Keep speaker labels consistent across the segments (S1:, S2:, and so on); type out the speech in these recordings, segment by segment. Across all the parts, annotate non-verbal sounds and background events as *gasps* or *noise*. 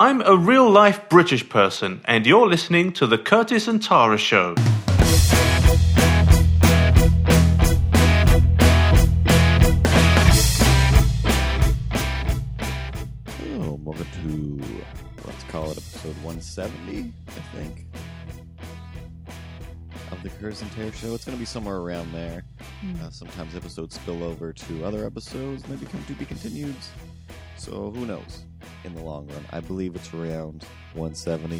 S1: I'm a real life British person, and you're listening to The Curtis and Tara Show.
S2: Oh, welcome to let's call it episode 170, I think, of the Curse and Tear show. It's going to be somewhere around there.
S3: Hmm.
S2: Uh, sometimes episodes spill over to other episodes, maybe come to be continued. So who knows? In the long run, I believe it's around 170.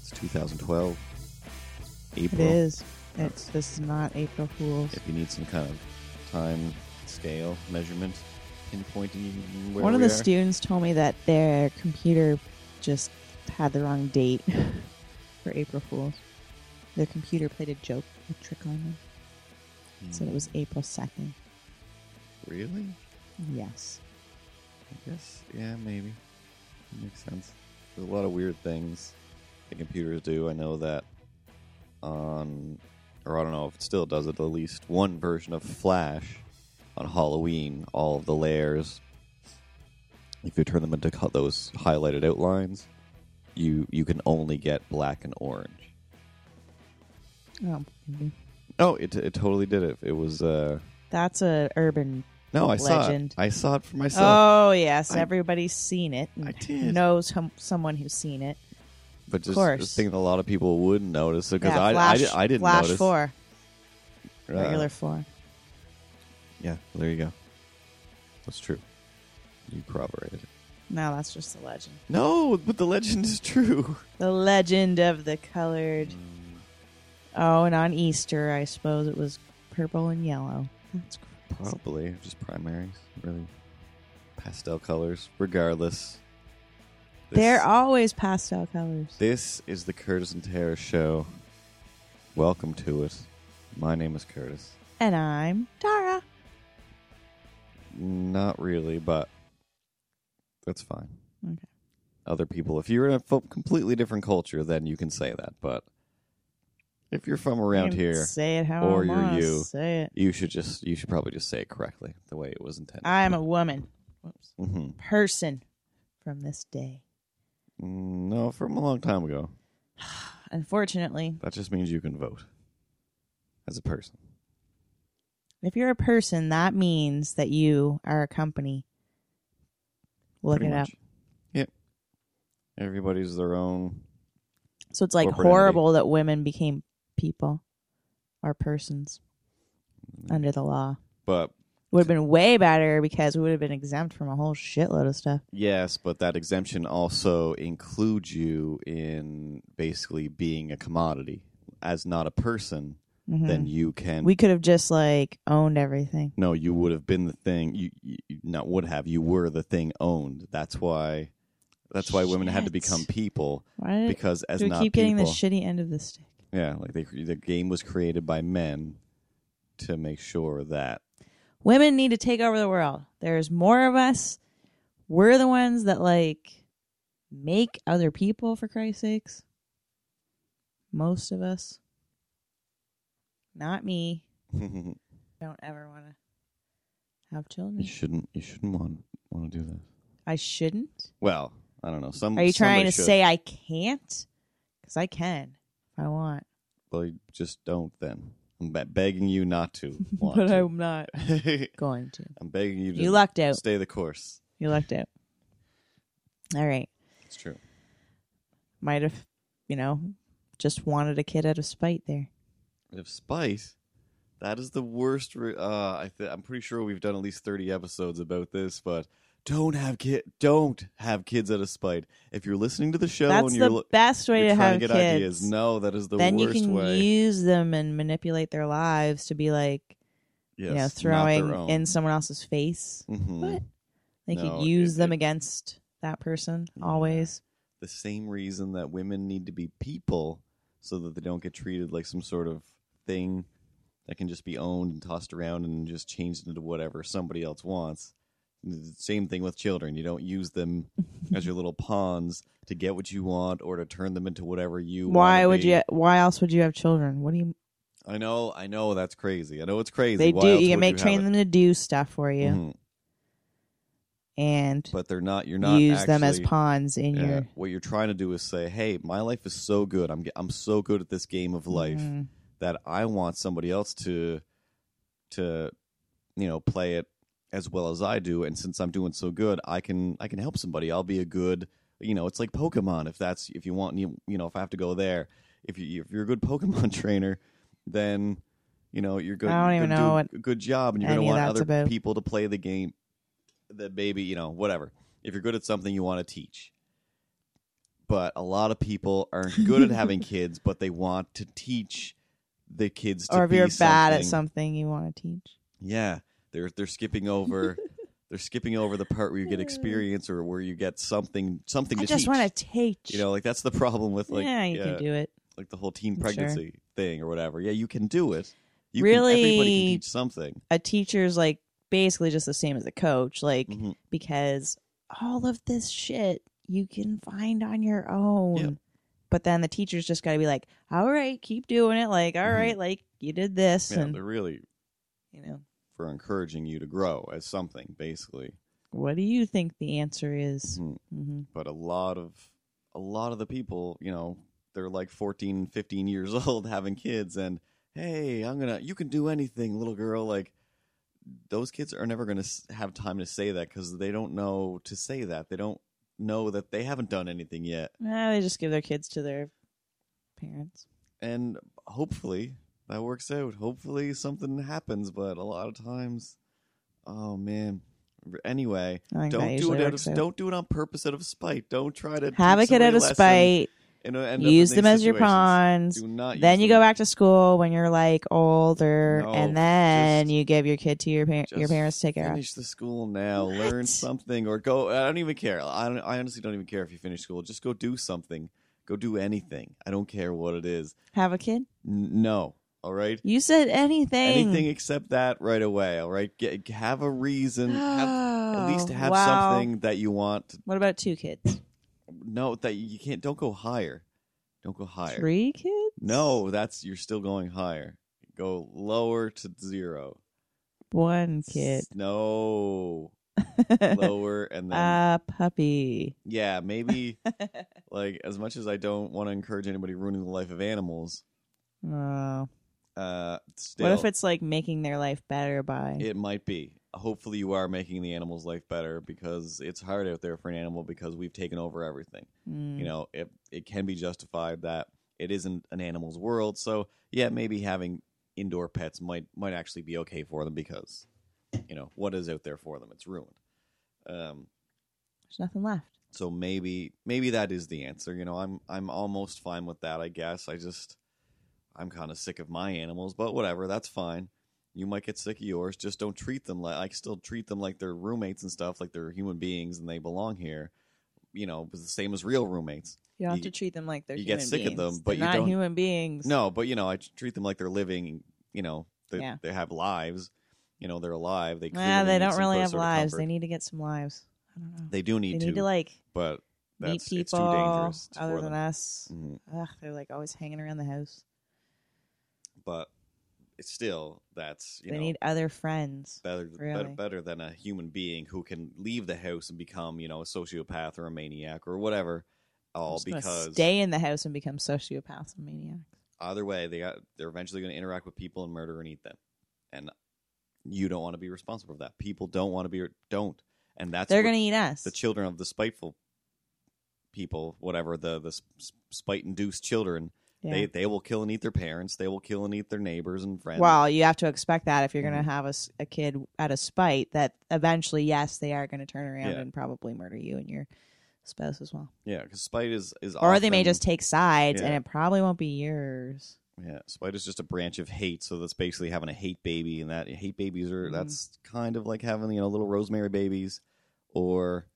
S2: It's 2012,
S3: It
S2: April.
S3: is. It's this is not April Fools.
S2: If you need some kind of time scale measurement, pinpointing where
S3: One of
S2: we
S3: the
S2: are.
S3: students told me that their computer just had the wrong date *laughs* for April Fools. Their computer played a joke, a trick on them. So it
S2: Mm.
S3: was April second.
S2: Hmm. really.
S3: Yes.
S2: I guess, yeah, maybe. That makes sense. There's a lot of weird things that computers do. I know that on, or I don't know if it still does it, at least one version of Flash on Halloween, all of the layers, if you turn them into co- those highlighted outlines, you, you can only get black and orange.
S3: Oh, mhm.
S2: No, it, it totally did it. It was, uh,
S3: that's a urban.
S2: no, I saw it.
S3: Legend.
S2: I saw it for myself.
S3: oh yes,
S2: I-
S3: everybody's seen it. and
S2: I did.
S3: Knows hum- someone who's seen it.
S2: but just
S3: course.
S2: just thinking a lot of people would notice because
S3: Yeah,
S2: I, I,
S3: Flash-
S2: di- I didn't
S3: Flash
S2: notice.
S3: four,
S2: Uh,
S3: regular four.
S2: yeah, well, there you go. That's true. You corroborated it.
S3: No, that's just a legend.
S2: No, but the legend is true.
S3: The legend of the
S2: Mm.
S3: colored. Oh, and on Easter, I suppose it was purple and yellow. That's crazy.
S2: Probably just primaries, really pastel colors. Regardless, this,
S3: They're always pastel colors.
S2: This is the Curtis and Tara show. Welcome to it. My name is Curtis.
S3: and I'm Tara.
S2: Not really, but that's fine.
S3: Okay.
S2: Other people, if you're in a fo- completely different culture, then you can say that. But if you're from around
S3: You
S2: here,
S3: Say it how
S2: or
S3: I
S2: you're
S3: want
S2: you.
S3: Say it.
S2: you should just you should probably just say it correctly the way it was intended.
S3: I'm a woman. Whoops.
S2: Mhm.
S3: Person from this day.
S2: Mm, no from a long time ago.
S3: Unfortunately,
S2: That just means you can vote as a person.
S3: if you're a person, that means that you are a company. Look
S2: pretty
S3: it
S2: much.
S3: up.
S2: Yep. Everybody's their own.
S3: So it's like
S2: Corporate entity.
S3: horrible that women became people or persons
S2: Mm-hmm.
S3: under the law.
S2: But
S3: would have been way better because we would have been exempt from a whole shitload of stuff.
S2: Yes, but that exemption also includes you in basically being a commodity. As not a person,
S3: Mhm.
S2: then you can.
S3: we could have just like owned everything.
S2: no, you would have been the thing. You, you you- not would have. You were the thing owned. That's why. That's why women had to
S3: Shit.
S2: become people
S3: Why did,
S2: because as
S3: do we
S2: not
S3: keep
S2: people,
S3: getting the shitty end of the stick?
S2: yeah, like they, the game was created by men to make sure that *laughs*
S3: Women need to take over the world. There's more of us. We're the ones that like make other people for Christ's sakes. Most of us. Not me.
S2: you
S3: Don't ever want to have children.
S2: shouldn't. You shouldn't want want to do that.
S3: I shouldn't.
S2: Well, I don't know. Some
S3: Are you
S2: mm, somebody
S3: trying to
S2: should.
S3: say I can't? Because I can if I want.
S2: Well, you just don't then. I'm be- begging you not to. *laughs* Want
S3: *laughs* but
S2: to.
S3: I'm not
S2: *laughs* I'm...
S3: going to.
S2: begging you to
S3: You lucked out.
S2: stay the course.
S3: You lucked out. All right.
S2: It's true.
S3: Might have, you know, just wanted a kid out of spite there.
S2: If spite, that is the worst. Re- uh, I th- I'm pretty sure we've done at least 30 episodes about this, but don't have kid. Don't have kids out of spite. If you're listening to the show
S3: That's
S2: and you're,
S3: the
S2: lo-
S3: best way
S2: you're
S3: to
S2: trying
S3: have
S2: to get
S3: kids.
S2: ideas, no, that is the
S3: then you
S2: worst
S3: can
S2: way.
S3: use them and manipulate their lives to be like,
S2: yes,
S3: you know,
S2: not their
S3: throwing
S2: own.
S3: in someone else's face.
S2: Mhm.
S3: What? They
S2: No,
S3: could use
S2: it-
S3: them
S2: it-
S3: against that person always.
S2: the same reason that women need to be people so that they don't get treated like some sort of thing that can just be owned and tossed around and just changed into whatever somebody else wants. The Same thing with children. You don't use
S3: *laughs*
S2: them as your little pawns to get what you want or to turn them into whatever you
S3: Why
S2: wanna
S3: would
S2: be.
S3: you? Why else would you have children? What do you?
S2: I know, I know that's crazy. I know it's crazy.
S3: They
S2: Why
S3: do.
S2: else
S3: You
S2: would
S3: can make
S2: have
S3: train
S2: it?
S3: them to do stuff for you.
S2: Mhm.
S3: and
S2: Mm-hmm. but they're not. You're not
S3: use them as
S2: actually-
S3: pawns in
S2: Yeah.
S3: your
S2: What you're trying to do is say, "Hey, my life is so good. I'm ge- I'm so good at this game of life
S3: Mm,
S2: that I want somebody else to to you know play it as well as I do. And since I'm doing so good, I can I can help somebody. I'll be a good you know. It's like Pokemon. If that's if you want you you know if I have to go there, if you if you're a good Pokemon *laughs* trainer, then you know you're good.
S3: I don't
S2: you're
S3: even
S2: gonna
S3: know
S2: do
S3: what
S2: a good job, and you're
S3: any
S2: going
S3: of
S2: to want
S3: that's
S2: other
S3: about.
S2: people to play the game. That maybe you know whatever. If you're good at something, you want to teach. But a lot of people aren't good at
S3: *laughs*
S2: having kids, but they want to teach the kids. To
S3: or if
S2: be
S3: you're bad
S2: something.
S3: at something you want to teach
S2: Yeah, they're they're skipping
S3: *laughs*
S2: over they're skipping over the part where you get experience or where you get something something
S3: i
S2: to
S3: just
S2: teach.
S3: want to teach
S2: you know, like that's the problem with like
S3: yeah you can do it
S2: like the whole teen
S3: Sure.
S2: pregnancy thing or whatever. Yeah, you can do it. You can, everybody
S3: Really-
S2: can teach something.
S3: a teacher's like basically just the same as a coach like
S2: Mhm.
S3: because all of this shit you can find on your own
S2: Yep.
S3: but then the teacher's just got to be like all right keep doing it like all right,
S2: Mhm.
S3: like you did this
S2: Yeah,
S3: and
S2: they're really
S3: you know
S2: for encouraging you to grow as something basically.
S3: what do you think the answer is
S2: Mhm.
S3: hmm
S2: But a lot of a lot of the people, you know, they're like 14, 15 years *laughs* old having kids and hey, I'm going to you can do anything, little girl, like those kids are never going to have time to say that cuz they don't know to say that. They don't know that they haven't done anything yet.
S3: Well, they just give their kids to their parents
S2: and hopefully that works out. Hopefully something happens, but a lot of times, oh man. R- Anyway,
S3: I think that
S2: don't do
S3: usually
S2: it out of
S3: works out.
S2: don't do it on purpose out of spite. Don't try to
S3: have a
S2: teach
S3: kid out
S2: somebody
S3: of
S2: lesson
S3: spite
S2: and, uh, end up in
S3: use
S2: these
S3: them as your
S2: situations.
S3: pawns
S2: Do not
S3: then
S2: use
S3: you
S2: them.
S3: go back to school when you're like older
S2: No,
S3: and then
S2: just-
S3: you give your kid to your par- your
S2: just
S3: parents to take care of
S2: Finish the school now. Learn
S3: What?
S2: something or go. I don't even care. I, don't, I honestly don't even care if you finish school. Just go do something. Go do anything. I don't care what it is.
S3: have a kid
S2: N- no. All right.
S3: you said anything
S2: anything except that right away. All right, Get, have a reason.
S3: *gasps*
S2: Have, at least
S3: Oh,
S2: have
S3: wow.
S2: something that you want. To
S3: What about two kids?
S2: no, that you can't. Don't go higher. Don't go higher.
S3: Three kids?
S2: No, that's you're still going higher. Go lower to zero.
S3: One kid. *laughs*
S2: No, lower and then
S3: A Uh, puppy.
S2: yeah,
S3: *laughs*
S2: maybe. like as much as I don't want to encourage anybody ruining the life of animals,
S3: Oh.
S2: uh, still,
S3: What if it's like making their life better by
S2: It might be. Hopefully, you are making the animal's life better because it's hard out there for an animal because we've taken over everything.
S3: Mm.
S2: You know, it it can be justified that it isn't an animal's world. So yeah, maybe having indoor pets might might actually be okay for them because you know what is out there for them? It's ruined. Um,
S3: There's nothing left.
S2: so maybe maybe that is the answer. You know, I'm I'm almost fine with that, I guess. I just I'm kind of sick of my animals, but whatever, that's fine. You might get sick of yours, just don't treat them like I still treat them like they're roommates and stuff, like they're human beings and they belong here. You know, it's the same as real roommates.
S3: You don't have
S2: You-
S3: to treat them like they're
S2: you
S3: human
S2: get sick of
S3: beings.
S2: them, but
S3: They're
S2: you
S3: not
S2: don't-
S3: human beings.
S2: No, but you know, I treat them like they're living, you know, they
S3: Yeah.
S2: they have lives. You know, they're alive. They
S3: Nah,
S2: clearly
S3: they
S2: need
S3: don't
S2: some
S3: really
S2: sort
S3: have
S2: of
S3: lives. They
S2: comfort.
S3: need to get some lives. I don't know.
S2: They do need
S3: they
S2: to,
S3: need to like
S2: but
S3: meet
S2: that's it's too
S3: people
S2: dangerous
S3: other
S2: for
S3: than
S2: them.
S3: us.
S2: Mhm.
S3: Ugh, they're like always hanging around the house.
S2: but it's still that's you
S3: they
S2: know
S3: need other friends.
S2: better, better
S3: really.
S2: better than a human being who can leave the house and become you know a sociopath or a maniac or whatever
S3: I'm
S2: all
S3: just gonna
S2: because
S3: stay in the house and become sociopaths and maniacs.
S2: either way they got they're eventually going to interact with people and murder and eat them and you don't want to be responsible for that people don't want to be don't and that's
S3: They're
S2: what
S3: gonna eat us.
S2: the children of the spiteful people whatever the the spite induced children
S3: Yeah.
S2: they they will kill and eat their parents they will kill and eat their neighbors and friends
S3: Well, you have to expect that if you're going
S2: Mhm.
S3: to have a, s- a kid out of spite, that eventually, yes, they are going to turn around
S2: Yeah.
S3: and probably murder you and your spouse as well.
S2: yeah because spite is is
S3: Or they may
S2: often-
S3: just take sides and
S2: Yeah.
S3: it probably won't be yours.
S2: Yeah, spite is just a branch of hate, so that's basically having a hate baby, and that hate babies are
S3: Mhm.
S2: that's kind of like having you know little rosemary babies or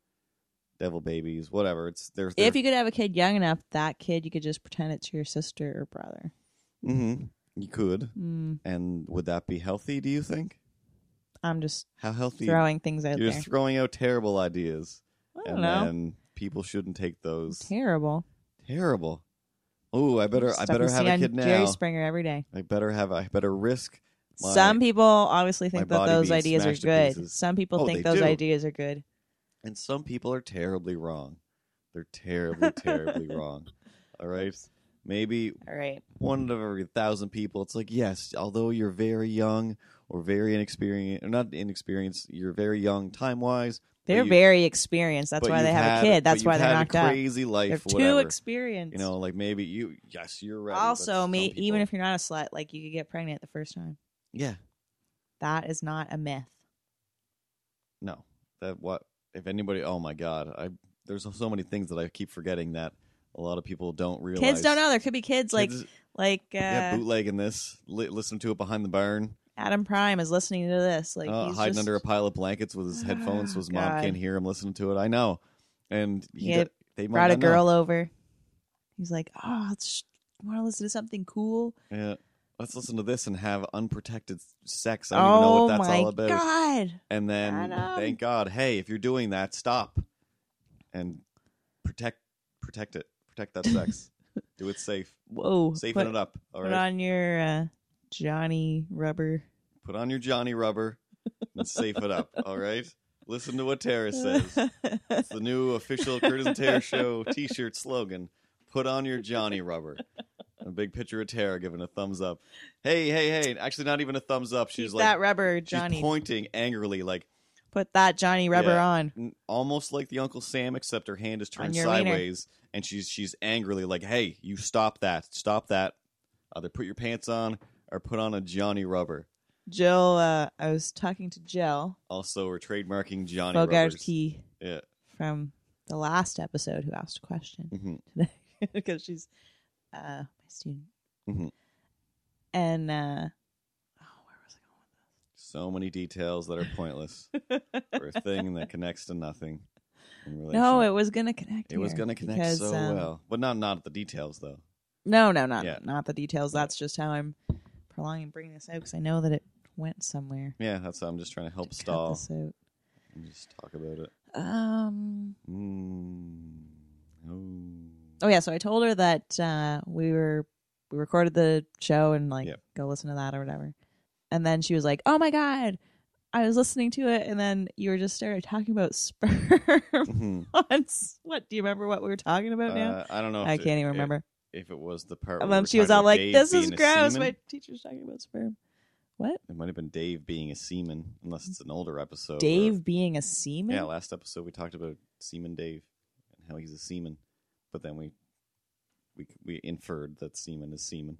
S2: devil babies, whatever. It's they're, they're
S3: If you could have a kid young enough, that kid, you could just pretend it's your sister or brother.
S2: Mhm. you could,
S3: Mm,
S2: and would that be healthy? Do you think?
S3: I'm just
S2: How healthy?
S3: throwing things out
S2: You're
S3: there.
S2: throwing out terrible ideas,
S3: I don't
S2: and
S3: know.
S2: then people shouldn't take those.
S3: Terrible.
S2: terrible. Oh, I better, I
S3: Stuff
S2: better
S3: you
S2: have
S3: see
S2: a
S3: on
S2: kid now.
S3: Jerry Springer every day.
S2: I better have, I better risk. my-
S3: Some people obviously think
S2: my
S3: that
S2: body
S3: those
S2: being
S3: ideas are
S2: smashed to
S3: good.
S2: pieces.
S3: Some people
S2: Oh,
S3: think
S2: they
S3: those
S2: do.
S3: ideas are good.
S2: And some people are terribly wrong. They're terribly, terribly
S3: *laughs*
S2: wrong. All right. Maybe
S3: All right.
S2: one of every thousand people, it's like, yes, although you're very young or very inexperienced, or not inexperienced, you're very young time wise.
S3: They're
S2: you-
S3: very experienced. That's
S2: but
S3: why they
S2: you've
S3: have
S2: had-
S3: a kid.
S2: but
S3: That's why
S2: you've
S3: they're
S2: had a
S3: knocked out.
S2: Crazy life,
S3: They're too
S2: whatever.
S3: experienced.
S2: You know, like maybe you, yes, you're right. but
S3: also,
S2: some
S3: me,
S2: people-
S3: even if you're not a slut, like you could get pregnant the first time.
S2: yeah,
S3: That is not a myth.
S2: no, that what if anybody? Oh my god, I there's so many things that I keep forgetting that a lot of people don't realize.
S3: Kids don't know. There could be kids like
S2: Kids-
S3: like uh,
S2: yeah, bootlegging this, li- listen to it behind the barn,
S3: Adam Prime is listening to this. Like
S2: uh,
S3: he's
S2: hiding
S3: just,
S2: under a pile of blankets with his headphones, so his mom
S3: God.
S2: can't hear him listening to it. I know, and he
S3: Yeah,
S2: d- they might
S3: brought a
S2: not know.
S3: girl over. He's like, oh, let's- want to listen to something cool?
S2: Yeah, let's listen to this and have unprotected sex. I don't even know
S3: Oh
S2: what that's
S3: my
S2: all about.
S3: god!
S2: And then
S3: Adam.
S2: thank God, hey, if you're doing that, stop and protect protect it. Protect that
S3: *laughs*
S2: sex. Do it safe.
S3: Whoa!
S2: Safen
S3: put,
S2: it up. All
S3: put
S2: right.
S3: on your uh, Johnny Rubber.
S2: Put on your Johnny rubber and safe it up. All
S3: *laughs*
S2: right. Listen to what Tara says. It's the new official Curtis and Tara
S3: *laughs*
S2: show T-shirt slogan. Put on your Johnny rubber. A big picture of Tara giving a thumbs up. Hey, hey, hey! Actually, not even a thumbs up. She's
S3: Keep
S2: like
S3: that rubber, Johnny.
S2: she's pointing angrily, like
S3: put that Johnny Rubber
S2: Yeah.
S3: on.
S2: n- almost like the Uncle Sam, except her hand is turned
S3: On your wiener.
S2: sideways, and she's she's angrily like, "Hey, you stop that! Stop that! Either put your pants on or put on a Johnny Rubber."
S3: Jill, uh, I was talking to Jill
S2: Also, we're trademarking Johnny
S3: Bogart
S2: Rubbers.
S3: Key
S2: Yeah,
S3: from the last episode who asked a question.
S2: Mhm.
S3: today *laughs* because she's uh, my student.
S2: Mhm.
S3: And uh, oh, where was I
S2: so many details that are pointless for a thing that connects to nothing. in
S3: going? With this? *laughs* No,
S2: relation.
S3: it was gonna connect.
S2: It was
S3: here
S2: going to connect
S3: because,
S2: so
S3: um,
S2: well, but not not at the details though.
S3: No, no, not
S2: Yeah.
S3: not the details. That's just how I'm prolonging bringing this out because I know that it went somewhere.
S2: Yeah, that's I'm just trying to help
S3: Cut
S2: stall
S3: this out.
S2: and just talk about
S3: *laughs*
S2: it.
S3: Um.
S2: Mm. Oh.
S3: Oh yeah. So I told her that uh, we were we recorded the show and like
S2: Yep.
S3: go listen to that or whatever. And then she was like, "Oh my god, I was listening to it, and then you were just started talking about *laughs* sperm."
S2: Mhm.
S3: once. What do you remember? What we were talking about now?
S2: Uh, I don't know.
S3: Oh, I
S2: if it-
S3: can't even
S2: if-
S3: remember.
S2: if it was the part.
S3: And
S2: where
S3: then
S2: we're
S3: she was
S2: talking
S3: all
S2: about
S3: like,
S2: Dave
S3: "This is
S2: being a
S3: gross."
S2: seaman.
S3: My teacher's talking about sperm. What?
S2: It might have been Dave being a seaman, unless it's an older episode. where-
S3: Dave being a seaman?
S2: yeah, last episode we talked about seaman Dave and how he's a seaman, but then we we we inferred that seaman is
S3: *laughs*
S2: seaman.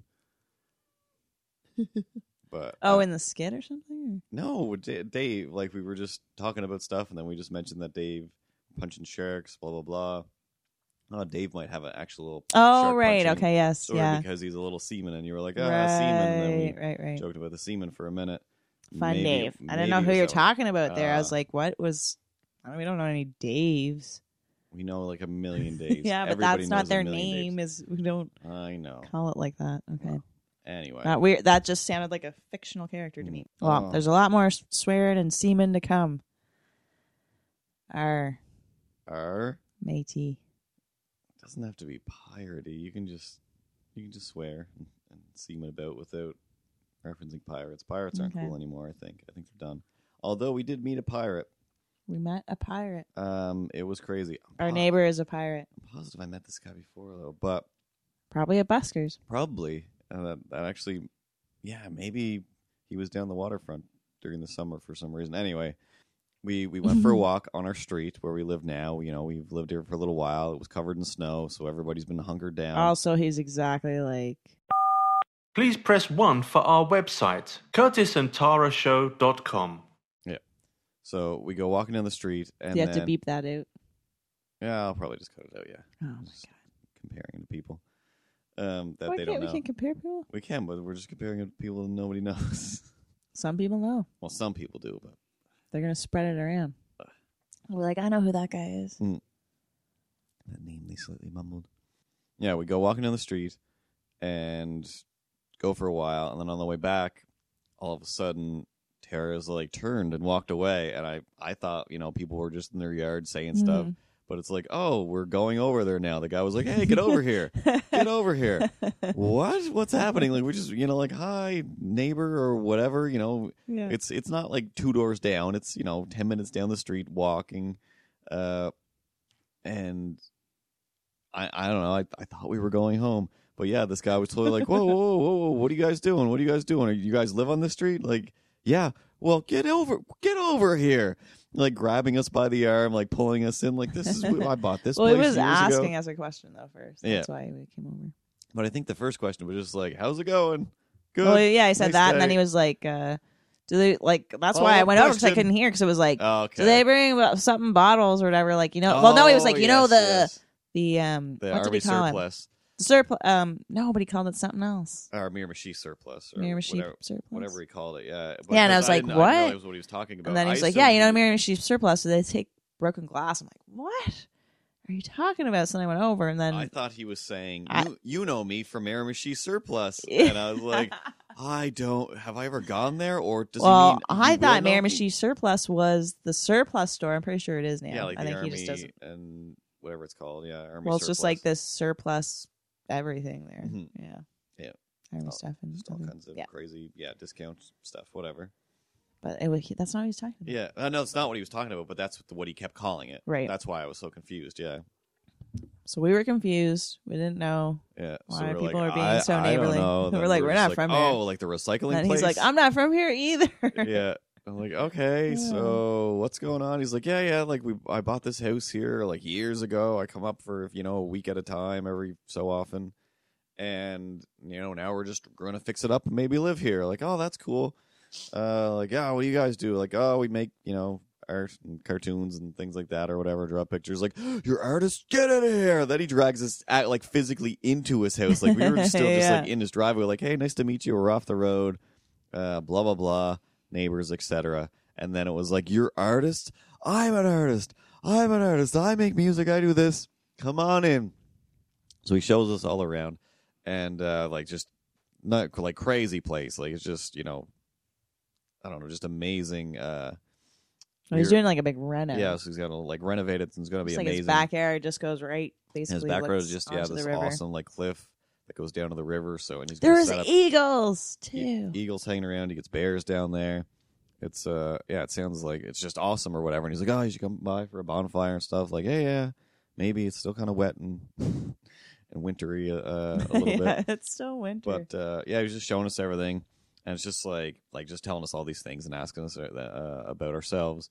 S2: but
S3: oh,
S2: uh,
S3: in the skit or something?
S2: no, D- Dave. Like we were just talking about stuff, and then we just mentioned that Dave punching sharks, blah blah blah. Oh, Dave might have an actual
S3: Oh,
S2: shark
S3: right.
S2: punching
S3: Okay. Yes.
S2: story
S3: yeah.
S2: because he's a little seaman, and you were like, ah, seaman. And then we
S3: Right. Right. Right.
S2: joked about the semen for a minute.
S3: Fun
S2: Maybe-
S3: Dave. I don't
S2: maybe
S3: know
S2: it
S3: who
S2: was
S3: you're
S2: that one.
S3: talking about there. I was
S2: Uh,
S3: like, what was? I mean, we don't know any Daves.
S2: We know like a
S3: *laughs*
S2: million Daves.
S3: yeah, but
S2: Everybody
S3: that's
S2: knows
S3: not
S2: a
S3: their
S2: million
S3: name. Is we don't
S2: Daves. I know.
S3: call it like that. Okay.
S2: Anyway,
S3: Not weird. That just sounded like a fictional character to me. Well,
S2: Oh.
S3: there's a lot more s- swearing and semen to come. Our
S2: er,
S3: matey.
S2: doesn't have to be piety. You can just you can just swear and, and semen about without referencing pirates. Pirates aren't
S3: Okay.
S2: cool anymore. I think. I think they're done. Although we did meet a pirate.
S3: We met a pirate.
S2: Um, it was crazy. I'm
S3: Our
S2: po-
S3: neighbor is a pirate.
S2: I'm positive I met this guy before though, but
S3: Probably a buskers.
S2: Probably. And that, that actually, yeah, maybe he was down the waterfront during the summer for some reason. Anyway, we we went for
S3: *laughs*
S2: a walk on our street where we live now. You know, we've lived here for a little while. It was covered in snow, so everybody's been hunkered down.
S3: Also, he's exactly like
S1: Please press 1 for our website, curtisandtarashow.com.
S2: so we go walking down the street, and
S3: you have to
S2: then-
S3: beep that out.
S2: Yeah, I'll probably just cut it out. Yeah,
S3: Oh my god!
S2: Just comparing to people um, that
S3: Why
S2: they
S3: can't
S2: don't
S3: we
S2: know.
S3: can compare people?
S2: we can, but we're just comparing it to people that nobody *laughs* knows.
S3: Some people know.
S2: well, some people do, but
S3: They're gonna spread it around. We're like, I know who that guy is.
S2: That name they slightly mumbled. Yeah, we go walking down the street and go for a while, and then on the way back, all of a sudden, Tara's like turned and walked away, and I I thought you know people were just in their yard saying stuff,
S3: Mm-hmm.
S2: but it's like oh we're going over there now. The guy was like hey get over
S3: *laughs*
S2: here,
S3: Mm-hmm.
S2: get over here. what? What's happening? Like we just you know like hi neighbor or whatever you know
S3: yeah.
S2: it's it's not like two doors down. It's you know ten minutes down the street walking. Uh, and I I don't know. I I thought we were going home, but yeah, this guy was totally like, whoa, whoa, whoa, whoa, whoa, what are you guys doing? What are you guys doing? Are you guys live on the street? Like, yeah. Well, get over, get over here! Like grabbing us by the arm, like pulling us in. Like this is I bought this.
S3: *laughs* well, it
S2: place years
S3: was
S2: ago."
S3: asking us a question though first. That's why we came over.
S2: But I think the first question was just like, "How's it going?" Good.
S3: Well, yeah, I said
S2: Nice
S3: that, and
S2: day.
S3: then he was like, uh, "Do they like?" That's
S2: Oh,
S3: why I went over 'cause over because I
S2: question.
S3: couldn't hear because it was like,
S2: Oh, okay.
S3: "Do they bring about something bottles or whatever?" Like you know. well, no, he was
S2: Oh,
S3: like, you know
S2: yes,
S3: the
S2: yes.
S3: the um
S2: the
S3: what did
S2: army
S3: he call
S2: surplus,
S3: it? Surplus. Um, no, but he called it something else.
S2: or Miramichi surplus, or
S3: Mirror sheep
S2: whatever,
S3: surplus.
S2: whatever he called it. Yeah.
S3: Yeah, and
S2: because
S3: I was like,
S2: didn't- I didn't
S3: "What?"
S2: realize what he was talking about.
S3: And then
S2: I
S3: he's like, "Yeah, you know,
S2: assumed
S3: mirror sheep surplus. So they take broken glass." I'm like, "What are you talking about?" So then I went over, and then
S2: I thought he was saying,
S3: I-
S2: you, you know me from Miramichi surplus,"
S3: *laughs* Yeah.
S2: and I was like, "I don't. Have I ever gone there? Or does
S3: well,
S2: he mean
S3: I
S2: you will
S3: thought
S2: know me?
S3: Miramichi surplus was the surplus store. I'm pretty sure it is now.
S2: Yeah, like
S3: I
S2: the
S3: think
S2: army
S3: he just doesn't.
S2: and whatever it's called. Yeah, army.
S3: Well, it's just like
S2: surplus.
S3: this surplus everything there.
S2: Mhm.
S3: Yeah.
S2: Yeah.
S3: Army
S2: All-
S3: stuff and
S2: Just all
S3: other-
S2: kinds of
S3: Mm-hmm. yeah.
S2: crazy, yeah, discount stuff, whatever.
S3: But it was, that's not what he's talking about.
S2: Yeah, uh, no, it's not what he was talking about, but that's what- what he kept calling it.
S3: Right.
S2: That's why I was so confused. Yeah,
S3: So we were confused. We didn't know.
S2: yeah.
S3: Why
S2: so
S3: are
S2: we're
S3: people
S2: like,
S3: are being
S2: I,
S3: so
S2: I don't
S3: neighborly?
S2: know.
S3: *laughs* We're
S2: Then
S3: like,
S2: we
S3: we're
S2: just
S3: not from here.
S2: Oh, like the recycling
S3: And
S2: place.
S3: he's like, I'm not from here either.
S2: *laughs* yeah. I'm like,
S3: *laughs*
S2: okay, so what's going on? He's like, yeah, yeah. Like we, I bought this house here like years ago. I come up for you know a week at a time every so often, and you know now we're just gonna fix it up and maybe live here. Like, oh, that's cool. Uh, like, yeah, what do you guys do? Like, oh, we make you know art and cartoons and things like that or whatever. Draw pictures. Like, *gasps* you're artists, get out of here. Then he drags us at, like physically into his house. Like we were still just
S3: Yeah.
S2: like in his driveway. Like, hey, nice to meet you. We're off the road. Uh, blah blah blah neighbors, etc. And then it was like, "You're artist. I'm an artist. I'm an artist. I make music. I do this. Come on in." So he shows us all around, and uh, like just not like crazy place. Like it's just you know, I don't know, just amazing. Uh,
S3: Well, *laughs* he's
S2: weird-
S3: doing like a big reno.
S2: yeah. So he's gonna like renovate it, and it's gonna be
S3: It's like
S2: amazing.
S3: his backyard just goes right,
S2: And
S3: basically.
S2: his back road is
S3: looks
S2: just yeah,
S3: onto the
S2: this
S3: river.
S2: awesome like cliff that goes down to the river. So and he's gonna
S3: There's
S2: set up
S3: eagles
S2: e-
S3: too.
S2: eagles hanging around. He gets bears down there. It's uh yeah, it sounds like it's just awesome or whatever. And he's like, oh, you should come by for a bonfire and stuff. Like, yeah, yeah, maybe it's still kind of wet and *laughs* and wintry uh, a
S3: *laughs*
S2: little bit.
S3: yeah, it's still winter.
S2: But uh, yeah, he was just showing us everything, and it's just like like just telling us all these things and asking us uh, about ourselves.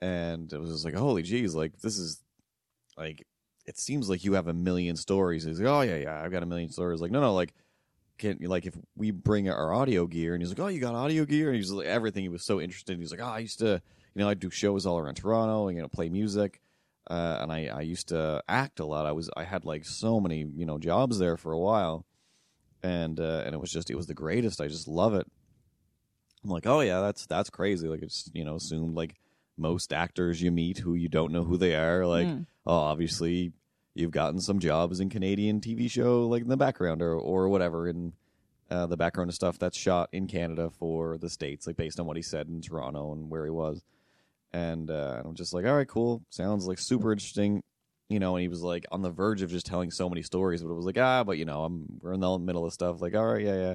S2: And it was just like, holy geez, like this is like it seems like you have a million stories. He's like, oh yeah, yeah, I've got a million stories. Like no, no, like can like if we bring our audio gear, and he's like, oh, you got audio gear, and he's like everything. He was so interested. He was like, oh, I used to, you know, I do shows all around Toronto, and you know, play music. Uh, and I, I used to act a lot. I was I had like so many you know jobs there for a while, and uh, and it was just it was the greatest. I just love it. I'm like, oh yeah, that's that's crazy. Like it's you know assumed like most actors you meet who you don't know who they are. Like
S3: Mm.
S2: oh obviously you've gotten some jobs in Canadian TV show like in the background or or whatever in uh, the background of stuff that's shot in Canada for the states like based on what he said in Toronto and where he was. And, uh, and I'm just like, all right, cool. Sounds like super interesting you know, and he was like on the verge of just telling so many stories, but it was like, ah, but you know, I'm we're in the middle of stuff. Like, all right, yeah, yeah.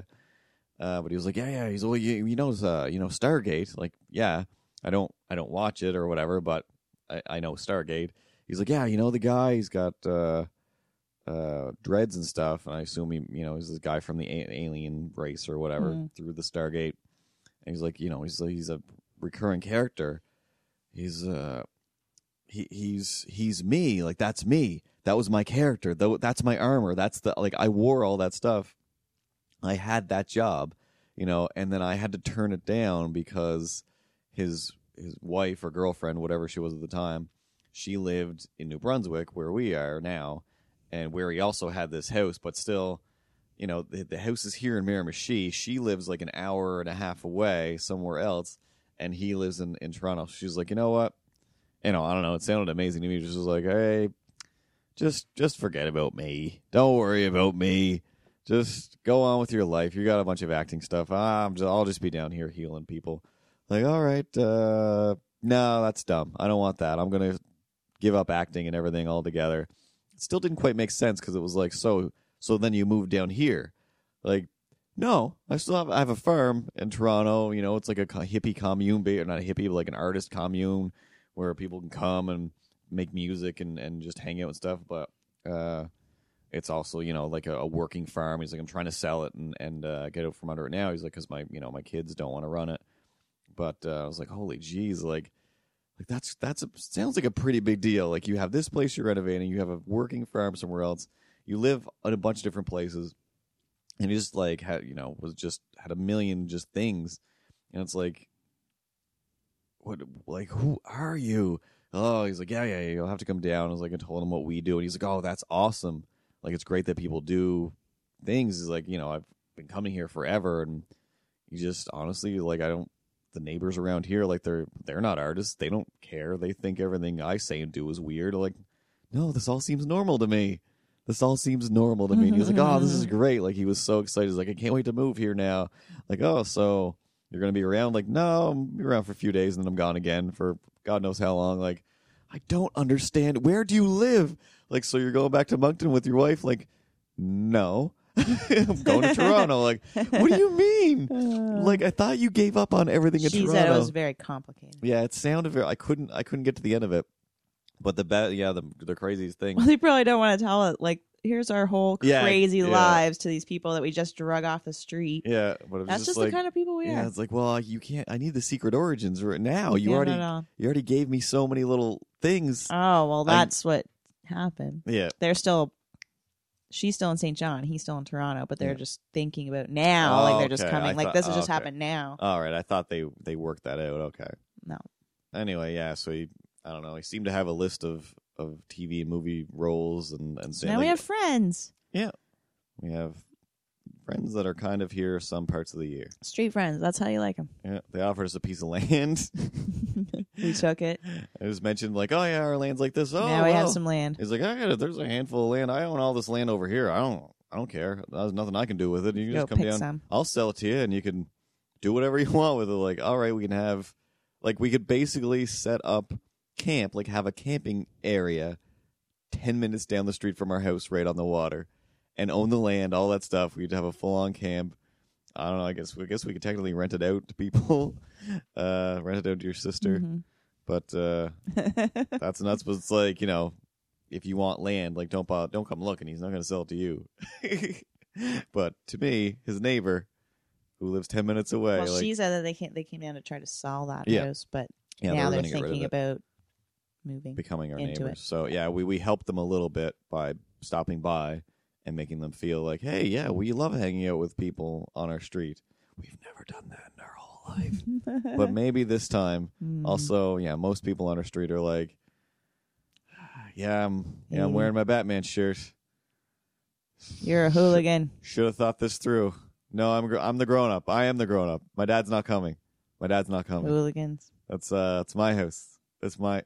S2: Uh, but he was like, yeah, yeah. He's like, well, you, you know, uh, you know, Stargate. Like, yeah, I don't, I don't watch it or whatever, but I, I know Stargate. He's like, yeah, you know, the guy, he's got uh, uh, dreads and stuff, and I assume he, you know, he's this guy from the a- alien race or whatever
S3: Mm.
S2: through the Stargate. And he's like, you know, he's he's a recurring character. He's uh, he, he's he's me like that's me that was my character though that's my armor that's the like i wore all that stuff i had that job you know and then i had to turn it down because his his wife or girlfriend whatever she was at the time she lived in new brunswick where we are now and where he also had this house but still you know the, the house is here in miramichi she lives like an hour and a half away somewhere else and he lives in in toronto she's like you know what you know, I don't know. It sounded amazing to me. Just was like, hey, just just forget about me. Don't worry about me. Just go on with your life. You got a bunch of acting stuff. I'm just, I'll just be down here healing people. Like, all right, uh, no, that's dumb. I don't want that. I'm gonna give up acting and everything altogether. It still didn't quite make sense because it was like, so so then you move down here, like. No, I still have I have a firm in Toronto. You know, it's like a co- hippie commune, ba- or not a hippie, but like an artist commune where people can come and make music and, and just hang out and stuff, but uh, it's also you know like a, a working farm. He's like, I'm trying to sell it and and uh, get out from under it now. He's like, because my you know my kids don't want to run it. But uh, I was like, holy jeez, like like that's that's a, sounds like a pretty big deal. Like you have this place you're renovating, you have a working farm somewhere else, you live in a bunch of different places, and he just like had you know was just had a million just things, and it's like, what like who are you? Oh, he's like, yeah, yeah, yeah, you'll have to come down. I was like, I told him what we do, and he's like, oh, that's awesome. Like it's great that people do things. He's like, you know, I've been coming here forever, and you just honestly like I don't the neighbors around here like they're they're not artists they don't care they think everything i say and do is weird like no this all seems normal to me this all seems normal to me and he's like oh this is great like he was so excited he's like i can't wait to move here now like oh so you're gonna be around like no i'm gonna be around for a few days and then i'm gone again for god knows how long like i don't understand where do you live like so you're going back to moncton with your wife like no *laughs* i'm going to toronto like what do you mean *sighs* like I thought you gave up on everything in
S3: Hmm. she said it
S2: Toronto.
S3: was very complicated.
S2: yeah, it sounded very. I couldn't. I couldn't get to the end of it. But the be- yeah, the the craziest
S3: *laughs*
S2: thing.
S3: Well, they probably don't want to tell it. Like, here's our whole
S2: Yeah,
S3: crazy
S2: yeah.
S3: lives to these people that we just drug off the street.
S2: yeah, but it was
S3: That's
S2: just,
S3: just
S2: like
S3: the kind of people we
S2: yeah,
S3: are.
S2: it's like well, you can't. I need the secret origins right now. You
S3: Yeah,
S2: already
S3: no, no.
S2: you already gave me so many little things.
S3: Oh well,
S2: I'm-
S3: that's what happened.
S2: yeah,
S3: They're still. She's still in St. John. He's still in Toronto, but they're just thinking about now.
S2: Oh,
S3: like they're just
S2: okay.
S3: coming.
S2: I
S3: like
S2: thought-
S3: this has
S2: oh,
S3: just
S2: okay.
S3: happened now.
S2: All right, I thought they they worked that out. Okay.
S3: No.
S2: Anyway, yeah. So he, I don't know. He seemed to have a list of of TV and movie roles and and
S3: now we have friends,
S2: we have friends that are kind of here some parts of the year.
S3: street friends. That's how you like them.
S2: Yeah, they offered us a piece of *laughs* land.
S3: we took it.
S2: It was mentioned like, oh yeah, our land's like this. Oh,
S3: now we have
S2: well."
S3: some land.
S2: He's like, I got it. There's a handful of land. I own all this land over here. I don't. I don't care. There's nothing I can do with it. You can
S3: Go
S2: just come
S3: pick
S2: down.
S3: some.
S2: I'll sell it to you, and you can do whatever *laughs* you want with it. Like, all right, we can have, like, we could basically set up camp, like, have a camping area, ten minutes down the street from our house, right on the water, and own the land, all that stuff. We'd have a full on camp. I don't know. I guess I guess we could technically rent it out to people, *laughs* uh, rent it out to your sister.
S3: Mhm.
S2: But uh,
S3: *laughs*
S2: that's nuts. But it's like you know, if you want land, like don't bother, don't come looking. He's not going to sell it to you. *laughs* but to me, his neighbor, who lives ten minutes away,
S3: well,
S2: like
S3: she said that they can't. They came down to try to sell that
S2: Yeah.
S3: house, but
S2: yeah,
S3: now
S2: they were
S3: they're
S2: gonna get rid of
S3: thinking
S2: it,
S3: about moving. *laughs*
S2: becoming our
S3: into
S2: neighbors.
S3: it.
S2: So yeah, we we helped them a little bit by stopping by and making them feel like, hey, yeah, we love hanging out with people on our street. We've never done that in our whole
S3: *laughs*
S2: life, but maybe this time
S3: Mm.
S2: Also, yeah, most people on our street are like, "Ah, "Yeah, I'm yeah, I'm
S3: Yeah.
S2: wearing my Batman shirt.
S3: you're
S2: *laughs*
S3: a hooligan.
S2: Should have thought this through. No, I'm gr- I'm the grown up. I am the grown up. My dad's not coming. My dad's not coming.
S3: Hooligans.
S2: That's uh, that's my house. That's my.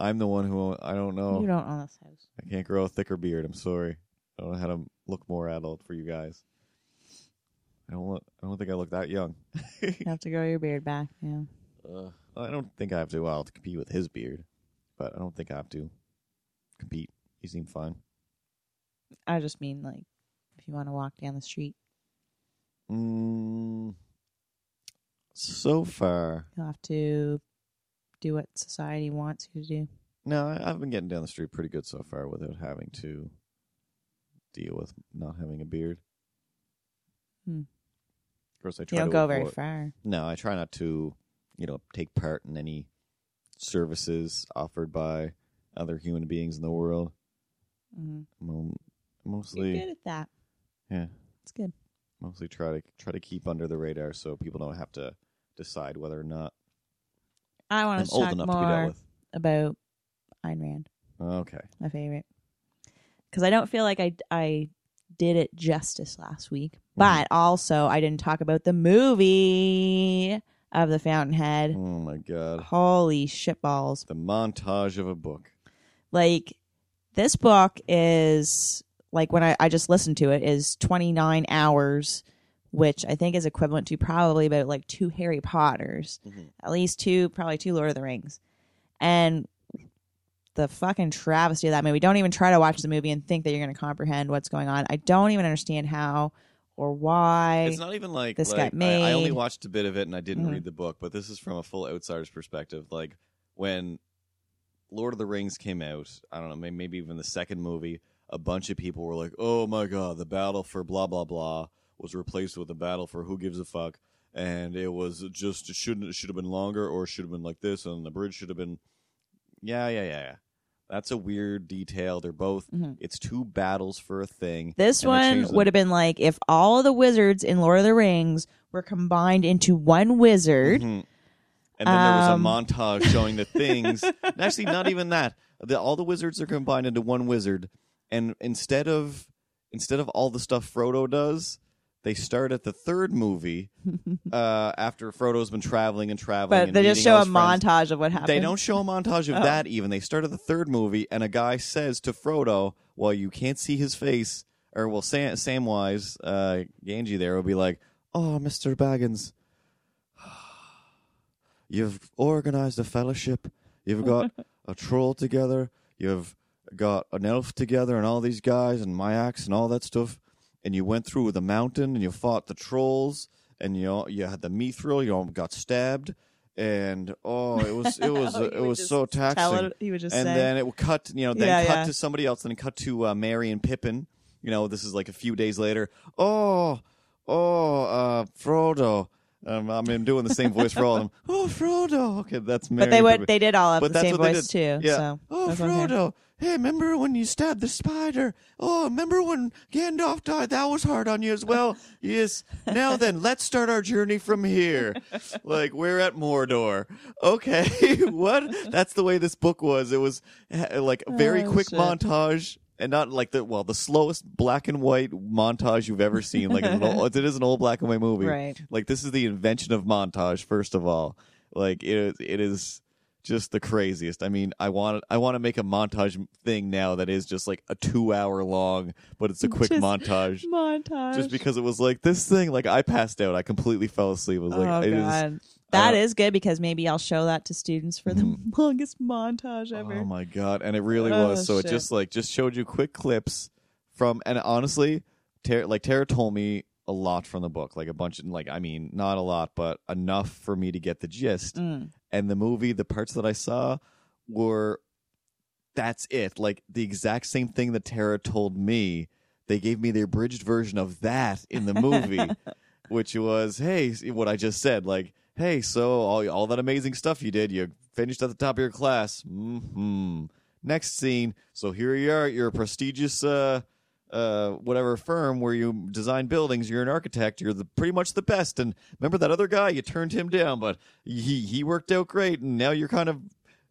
S2: I'm the one who I don't know.
S3: You don't own this
S2: *laughs*
S3: house.
S2: I can't grow a thicker beard. I'm sorry. I don't know how to look more adult for you guys. I don't look, I don't think I look that young.
S3: You have to grow your beard back. Yeah.
S2: Uh, I don't think I have to. Well, I'll have to compete with his beard, but I don't think I have to compete. He seemed fine.
S3: I just mean like if you want to walk down the street,
S2: Mm, so far,
S3: you'll have to do what society wants you to do.
S2: no, I- I've been getting down the street pretty good so far without having to deal with not having a beard.
S3: Hmm.
S2: Of course, I
S3: You
S2: try
S3: don't
S2: to
S3: go very
S2: avoid-
S3: far.
S2: No, I try not to, you know, take part in any services offered by other human beings in the world.
S3: Mhm.
S2: Mo-
S3: You're
S2: Mostly,
S3: good at that.
S2: yeah.
S3: It's good.
S2: mostly try to try to keep under the radar so people don't have to decide whether or not
S3: I want
S2: I'm
S3: to
S2: old
S3: talk
S2: enough to be dealt
S3: more
S2: with.
S3: about Ayn Rand,
S2: Okay.
S3: my favorite, because I don't feel like I I did it justice last week, but also I didn't talk about the movie of the Fountainhead.
S2: Oh my god.
S3: Holy shitballs!
S2: The montage of a book.
S3: like this book is like when I, I just listened to it is 29 hours which i think is equivalent to probably about like two harry potters
S2: Mhm.
S3: at least two probably two lord of the rings and the fucking travesty of that movie don't even try to watch the movie and think that you're going to comprehend what's going on i don't even understand how or why
S2: It's not even like
S3: This
S2: like,
S3: got
S2: I, I
S3: made.
S2: only watched a bit of it and I didn't
S3: Mhm.
S2: read the book, but this is from a full outsider's perspective. Like when Lord of the Rings came out, I don't know, may- maybe even the second movie, a bunch of people were like, "Oh my god, the battle for blah blah blah was replaced with the battle for who gives a fuck." And it was just it shouldn't it should have been longer or it should have been like this and the bridge should have been Yeah, yeah, yeah, yeah. That's a weird detail. They're both
S3: Mhm.
S2: it's two battles for a thing.
S3: This
S2: And they changed
S3: one
S2: them.
S3: would have been like if all the wizards in Lord of the Rings were combined into one wizard.
S2: Mhm. And then there was a
S3: Um, *laughs*
S2: montage showing the things. and actually, not even that. The, all the wizards are combined into one wizard, and instead of instead of all the stuff Frodo does, they start at the third
S3: *laughs*
S2: movie uh, after Frodo's been traveling and traveling.
S3: But
S2: and
S3: they just
S2: meeting
S3: show
S2: all
S3: a
S2: his friends.
S3: montage of what happened.
S2: They don't show a montage of
S3: Oh.
S2: that even. They start at the third movie, and a guy says to Frodo, "Well, you can't see his face, or well, Sam, Samwise, uh, Ganji there will be like, oh, Mister Baggins, you've organized a fellowship. You've
S3: *laughs*
S2: got a troll together. You've got an elf together, and all these guys and Myax and all that stuff. And you went through the mountain, and you fought the trolls, and you you had the mithril. You all got stabbed." And oh, it was
S3: *laughs*
S2: it was
S3: Oh,
S2: it
S3: he would
S2: was
S3: just
S2: so taxing
S3: Tell it, he would just
S2: and
S3: say,
S2: then it would cut, you know, then
S3: Yeah,
S2: cut
S3: yeah.
S2: to somebody else, and then cut to uh, Mary and Pippin. You know, this is like a few days later. Oh, oh, uh, Frodo. Um, I mean, I'm doing the same voice for
S3: *laughs*
S2: all of them. Oh, Frodo. Okay, that's Mary.
S3: but they
S2: and
S3: would.
S2: Pippin.
S3: They did all of
S2: But
S3: the
S2: that's
S3: same
S2: what they
S3: voice
S2: did.
S3: too.
S2: Yeah.
S3: So
S2: oh,
S3: that's what I'm saying.
S2: Frodo. Hey, remember when you stabbed the spider? Oh, remember when Gandalf died? That was hard on you as
S3: *laughs*
S2: well. yes. Now then, let's start our journey from here. like we're at Mordor. Okay. *laughs* what? That's the way this book was. It was eh, like a very
S3: Oh,
S2: quick
S3: shit.
S2: montage. And not like the well, the slowest black and white montage you've ever seen. Like
S3: *laughs*
S2: an old, it is an old black and white movie.
S3: Right.
S2: Like this is the invention of montage. First of all, like it it is just the craziest. I mean, I want I want to make a montage thing now that is just like a two hour long, but it's a quick
S3: Just-
S2: montage.
S3: Montage.
S2: Just because it was like this thing, like I passed out, I completely fell asleep. It was like
S3: oh
S2: it is-
S3: god, that
S2: uh,
S3: is good because maybe I'll show that to students for the *laughs* longest montage ever.
S2: Mm-hmm. Oh my god! And it really
S3: Oh,
S2: was. So
S3: shit.
S2: it just like just showed you quick clips from, and honestly, Tara, like Tara told me a lot from the book, like a bunch of like I mean, not a lot, but enough for me to get the gist.
S3: Mm.
S2: And the movie, the parts that I saw were that's it. Like the exact same thing that Tara told me. They gave me the abridged version of that in the movie, which was, hey, see what I just said, like, hey, so all, all that amazing stuff you did, you finished at the top of your class. hmm Next scene. So here you are. You're a prestigious, uh, uh, whatever firm where you design buildings. You're an architect. You're the, pretty much the best. And remember that other guy? You turned him down, but he he worked out great. And now you're kind of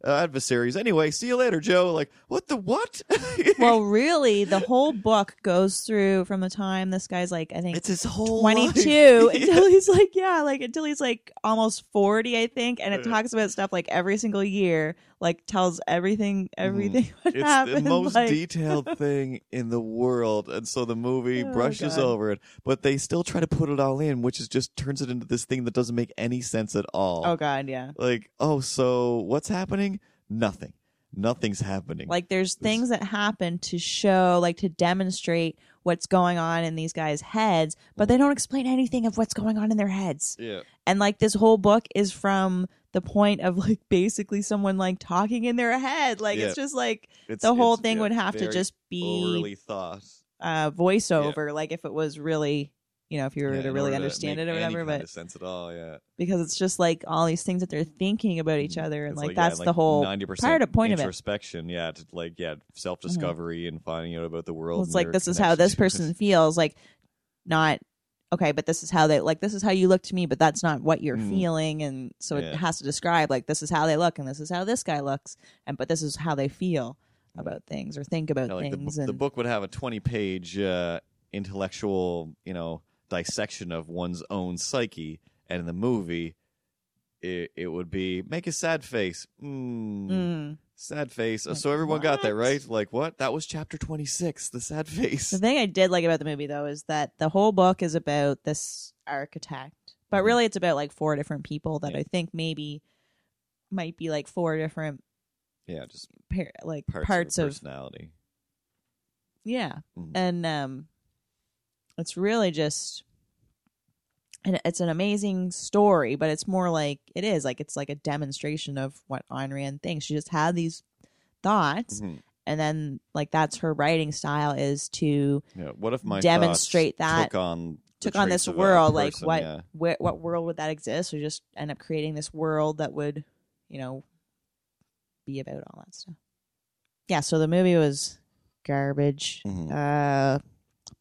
S2: uh, adversaries. Anyway, see you later, Joe. Like, what the what? *laughs*
S3: well, really, the whole book goes through from the time this guy's like, I think
S2: it's his whole
S3: 22
S2: life. *laughs*
S3: *laughs* until he's like yeah like until he's like almost 40 i think and it
S2: Yeah.
S3: talks about stuff like every single year like tells everything everything *laughs* what
S2: Mm-hmm. It's
S3: happened
S2: the most
S3: like, *laughs*
S2: detailed thing in the world, and so the movie
S3: Oh,
S2: brushes
S3: God.
S2: over it, but they still try to put it all in, which is just turns it into this thing that doesn't make any sense at all.
S3: oh god yeah
S2: Like, oh, so what's happening? Nothing. Nothing's happening.
S3: like there's things that happen to show like to demonstrate what's going on in these guys heads but they don't explain anything of what's going on in their heads
S2: yeah,
S3: and like this whole book is from the point of like basically someone like talking in their head like it's just like
S2: it's,
S3: the whole
S2: it's-
S3: thing
S2: yeah,
S3: would have to
S2: very
S3: just be
S2: overly thought.
S3: uh voiceover like if it was really you know if you were
S2: Yeah,
S3: to
S2: in
S3: really
S2: order
S3: understand
S2: make
S3: it or
S2: any
S3: whatever
S2: kind
S3: but
S2: of sense at all. Yeah,
S3: because it's just like all these things that they're thinking about each other and
S2: Mm-hmm. It's
S3: like,
S2: yeah,
S3: that's the whole
S2: ninety percent
S3: part of point of it. Mm-hmm.
S2: introspection. Yeah, to, like yeah, self discovery and finding out about the world.
S3: it's
S2: and
S3: like
S2: their
S3: this is how this
S2: *laughs*
S3: person
S2: connections.
S3: feels like not okay but this is how they like this is how you look to me but that's not what you're
S2: Mm.
S3: feeling and so it
S2: Yeah.
S3: has to describe like this is how they look and this is how this guy looks and but this is how they feel about things or think about
S2: Yeah, like the,
S3: things
S2: bu-
S3: and
S2: the book would have a twenty page uh, intellectual, you know, dissection of one's own psyche, and in the movie, it, it would be make a sad face. Mm,
S3: Mm.
S2: Sad face. Oh,
S3: Like,
S2: so everyone got that
S3: what?
S2: right. Like what? That was chapter twenty six. The sad face. *laughs*
S3: The thing I did like about the movie though is that the whole book is about this architect, but
S2: Mhm.
S3: really it's about like four different people that
S2: Yeah.
S3: I think maybe might be like four different
S2: yeah, just
S3: par- like
S2: parts,
S3: parts,
S2: of,
S3: of,
S2: the personality.
S3: yeah,
S2: Mhm.
S3: and um, it's really just and it's an amazing story, but it's more like it is like it's like a demonstration of what Ayn Rand thinks. She just had these thoughts
S2: Mhm.
S3: and then like that's her writing style is to
S2: Yeah. What if my
S3: Demonstrate
S2: thoughts
S3: that-
S2: took on the
S3: took on
S2: traits
S3: this
S2: of a
S3: world like
S2: person,
S3: what
S2: yeah.
S3: where, what world would that exist or just end up creating this world that would you know be about all that stuff yeah so the movie was garbage
S2: Mhm.
S3: uh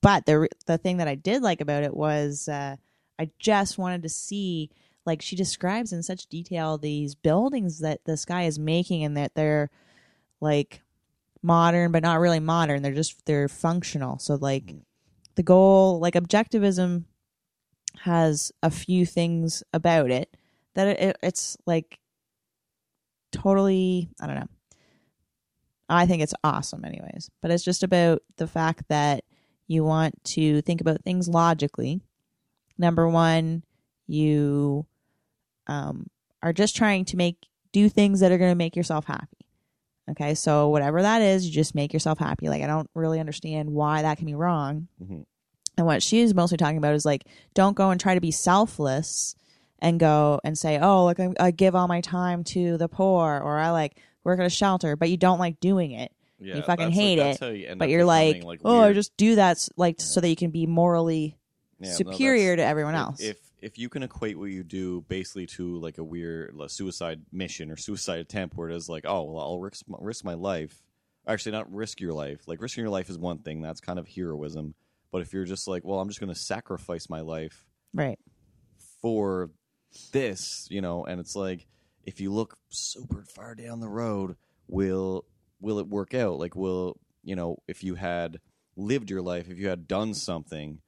S3: but the re- the thing that i did like about it was uh i just wanted to see like she describes in such detail these buildings that this guy is making and that they're like modern but not really modern they're just they're functional so like
S2: Mhm.
S3: the goal like objectivism has a few things about it that it, it, it's like totally i don't know i think it's awesome anyways but it's just about the fact that you want to think about things logically number one you um, are just trying to make do things that are going to make yourself happy okay so whatever that is you just make yourself happy like i don't really understand why that can be wrong
S2: Mhm.
S3: and what she's mostly talking about is like don't go and try to be selfless and go and say oh like I, I give all my time to the poor or i like work at a shelter but you don't like doing it
S2: Yeah,
S3: fucking
S2: that's, like,
S3: hate
S2: that's
S3: it,
S2: how you end
S3: but
S2: up
S3: you're like,
S2: becoming,
S3: oh i
S2: weird.
S3: just do that s- like so that you can be morally
S2: Yeah, no, that's-
S3: superior to everyone
S2: if-
S3: else
S2: If if you can equate what you do basically to like a weird like, suicide mission or suicide attempt, where it is like, oh, well, I'll risk my, risk my life. Actually, not risk your life. Like risking your life is one thing. That's kind of heroism. But if you're just like, well, I'm just going to sacrifice my life
S3: right
S2: for this, you know, and it's like, if you look super far down the road, will will it work out? Like, will you know, if you had lived your life, if you had done something,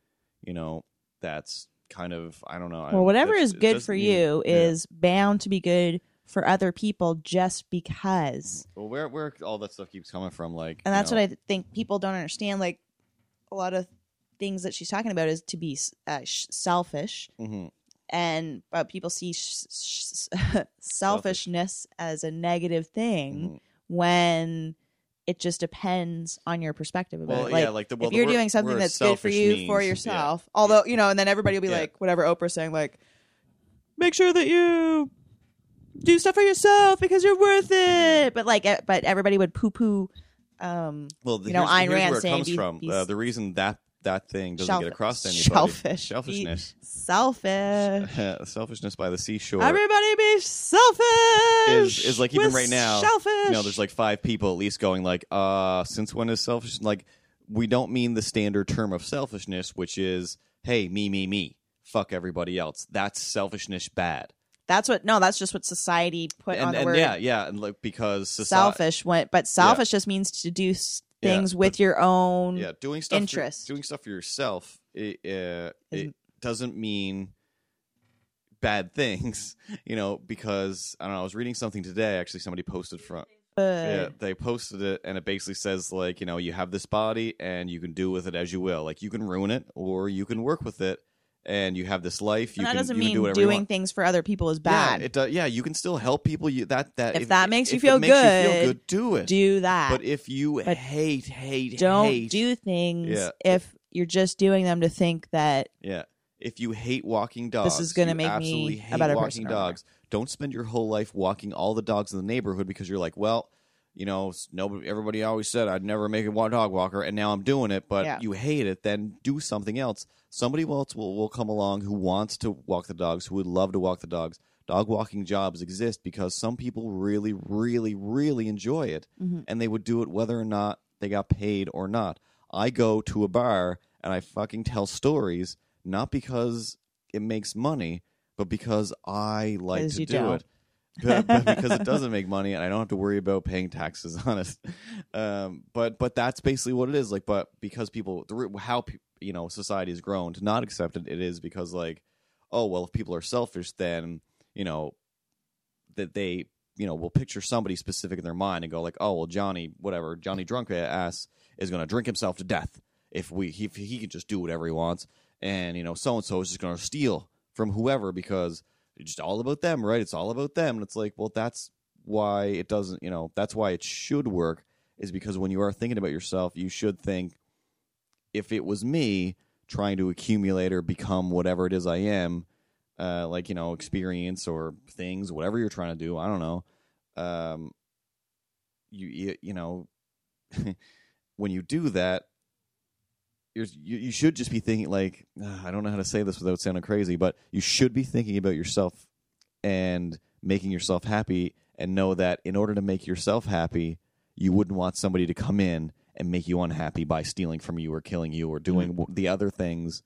S2: you know, that's kind of I don't know. I-
S3: well whatever
S2: that's-
S3: is
S2: it
S3: good
S2: doesn't
S3: for
S2: mean-
S3: you
S2: yeah.
S3: is bound to be good for other people just because
S2: well, where where all that stuff keeps coming from, like,
S3: and that's what I think people don't understand. Like a lot of things that she's talking about is to be uh, sh- selfish,
S2: I. hmm
S3: and but people see sh- sh- *laughs* selfishness as a negative thing
S2: Mhm.
S3: when it just depends on your perspective about
S2: Well,
S3: it.
S2: yeah, like the, well,
S3: if
S2: the
S3: you're
S2: word-
S3: doing something
S2: word
S3: that's good for
S2: selfish
S3: you for
S2: means- yeah.
S3: yourself, although you know, and then everybody will be
S2: Yeah.
S3: like, whatever Oprah's saying, like, make sure that you do stuff for yourself because you're worth
S2: Mm-hmm.
S3: it. But like, e- but everybody would poo poo. Um,
S2: Well, the,
S3: You know,
S2: here's,
S3: Ayn
S2: here's
S3: Rand
S2: where it
S3: saying
S2: comes
S3: be-
S2: from.
S3: be-
S2: Uh, the reason that that thing doesn't
S3: Shellfish.
S2: get across to anybody,
S3: Shellfish.
S2: selfishness,
S3: selfish.
S2: *laughs* selfishness by the seashore.
S3: Everybody be selfish.
S2: Is- is like even
S3: with
S2: right now,
S3: Selfish.
S2: you know, there's like five people at least going like, uh, since when is selfish? Like, we don't mean the standard term of selfishness, which is, hey, me, me, me, fuck everybody else. That's selfishness bad.
S3: that's what no, that's just what society put on
S2: and
S3: the
S2: and
S3: word
S2: yeah, yeah, and like because society,
S3: selfish. Went, but selfish just means to do s-
S2: Yeah,
S3: things with your own.
S2: yeah, doing stuff, for-
S3: interest.
S2: doing stuff for yourself, it, uh, it
S3: Isn't-
S2: doesn't mean bad things, *laughs* you know, because I don't know. I was reading something today. Actually, somebody posted from Yeah,
S3: good.
S2: they posted it, and it basically says like, you know, you have this body, and you can do with it as you will. Like you can ruin it, or you can work with it, and you have this life. You
S3: And that
S2: can,
S3: doesn't
S2: you can
S3: mean
S2: do whatever you
S3: doing
S2: want.
S3: things for other people is bad.
S2: Yeah, it does. Yeah, you can still help people. You that that
S3: If that makes you
S2: if
S3: feel
S2: it makes you feel
S3: good,
S2: good, do it.
S3: do that.
S2: but if you
S3: But
S2: hate, hate,
S3: Don't
S2: hate,
S3: do things
S2: Yeah.
S3: if you're just doing them to think that
S2: Yeah. If you hate walking dogs,
S3: is gonna
S2: you
S3: make me
S2: absolutely
S3: a
S2: hate
S3: better
S2: walking
S3: person or whatever.
S2: dogs. Don't spend your whole life walking all the dogs in the neighborhood because you're like, well, you know, s- nobody, everybody always said I'd never make a wa- dog walker, and now I'm doing it. But
S3: Yeah.
S2: you hate it, then do something else. Somebody else will, will come along who wants to walk the dogs, who would love to walk the dogs. Dog walking jobs exist because some people really, really, really enjoy it,
S3: Mhm.
S2: and they would do it whether or not they got paid or not. I go to a bar and I fucking tell stories not because it makes money, but because I like
S3: 'Cause
S2: to
S3: you
S2: do
S3: don't.
S2: it. But- but because it doesn't make money, and I don't have to worry about paying taxes *laughs* on it. Um, but but that's basically what it is. Like, but because people, the, re- how pe- you know society has grown to not accept it, it is because like, oh well, if people are selfish, then you know that they you know will picture somebody specific in their mind and go like, oh well, Johnny, whatever, Johnny drunk ass is going to drink himself to death if we he, if he can just do whatever he wants, and you know so and so is just going to steal from whoever because it's just all about them, right? It's all about them, and it's like, well, that's why it doesn't, you know, that's why it should work is because when you are thinking about yourself, you should think if it was me trying to accumulate or become whatever it is I am, uh, like you know, experience or things, whatever you're trying to do, I don't know. Um, you you, you know *laughs* when you do that you're, you you should just be thinking like ah, I don't know how to say this without sounding crazy, but you should be thinking about yourself and making yourself happy, and know that in order to make yourself happy, you wouldn't want somebody to come in and make you unhappy by stealing from you or killing you or doing w-
S3: Mm-hmm.
S2: the other things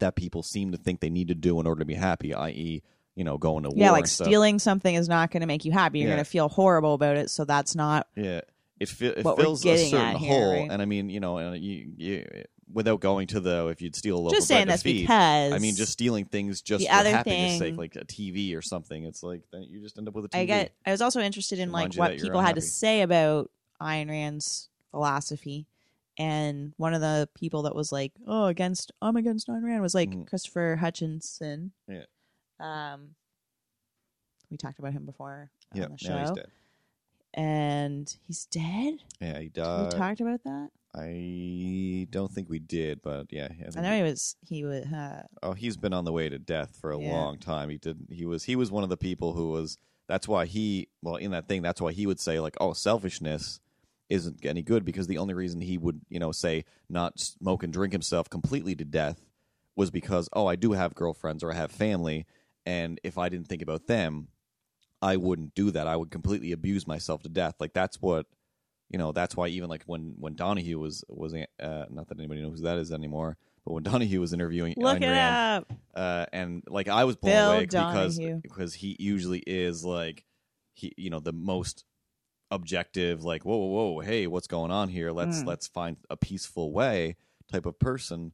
S2: that people seem to think they need to do in order to be happy, i.e., you know, going to war.
S3: yeah, like
S2: and stuff.
S3: stealing something is not going to make you happy. You're
S2: Yeah.
S3: going to feel horrible about it. So that's not.
S2: Yeah, it, fi- it
S3: what we're
S2: fills a
S3: getting
S2: certain
S3: at here,
S2: hole,
S3: right?
S2: and I mean, you know, and you, you without going to the if you'd steal a local
S3: Just saying
S2: bread
S3: that's
S2: to feed,
S3: because.
S2: I mean, just stealing things just
S3: The
S2: for
S3: other
S2: happiness'
S3: thing-
S2: sake, like a TV or something. It's like then you just end up with a TV.
S3: I get. I was also interested in like
S2: Remind you
S3: what
S2: that you're
S3: people had to
S2: unhappy.
S3: say about Ayn Rand's philosophy, and one of the people that was like, "Oh, against I'm against Ayn Rand," was like
S2: Mhm.
S3: Christopher Hutchinson.
S2: Yeah.
S3: Um, we talked about him before
S2: yeah,
S3: on the
S2: now he's
S3: show,
S2: dead.
S3: and he's dead.
S2: Yeah, he
S3: we
S2: died.
S3: talked about that.
S2: I don't think we did, but yeah, I, think
S3: I know he was. He was. Uh,
S2: oh, he's been on the way to death for a
S3: Yeah.
S2: long time. He did. He was. He was one of the people who was. That's why he. Well, in that thing, that's why he would say like, "Oh, selfishness isn't any good," because the only reason he would, you know, say not smoke and drink himself completely to death was because, "Oh, I do have girlfriends or I have family, and if I didn't think about them, I wouldn't do that. I would completely abuse myself to death." Like that's what. You know that's why even like when when Donahue was was uh, not that anybody knows who that is anymore, but when Donahue was interviewing
S3: look
S2: Ayn
S3: it
S2: Rand,
S3: up.
S2: uh, and like I was blown
S3: Bill
S2: away because
S3: Donahue.
S2: because he usually is like he you know the most objective like whoa whoa whoa hey what's going on here let's
S3: Mm.
S2: let's find a peaceful way type of person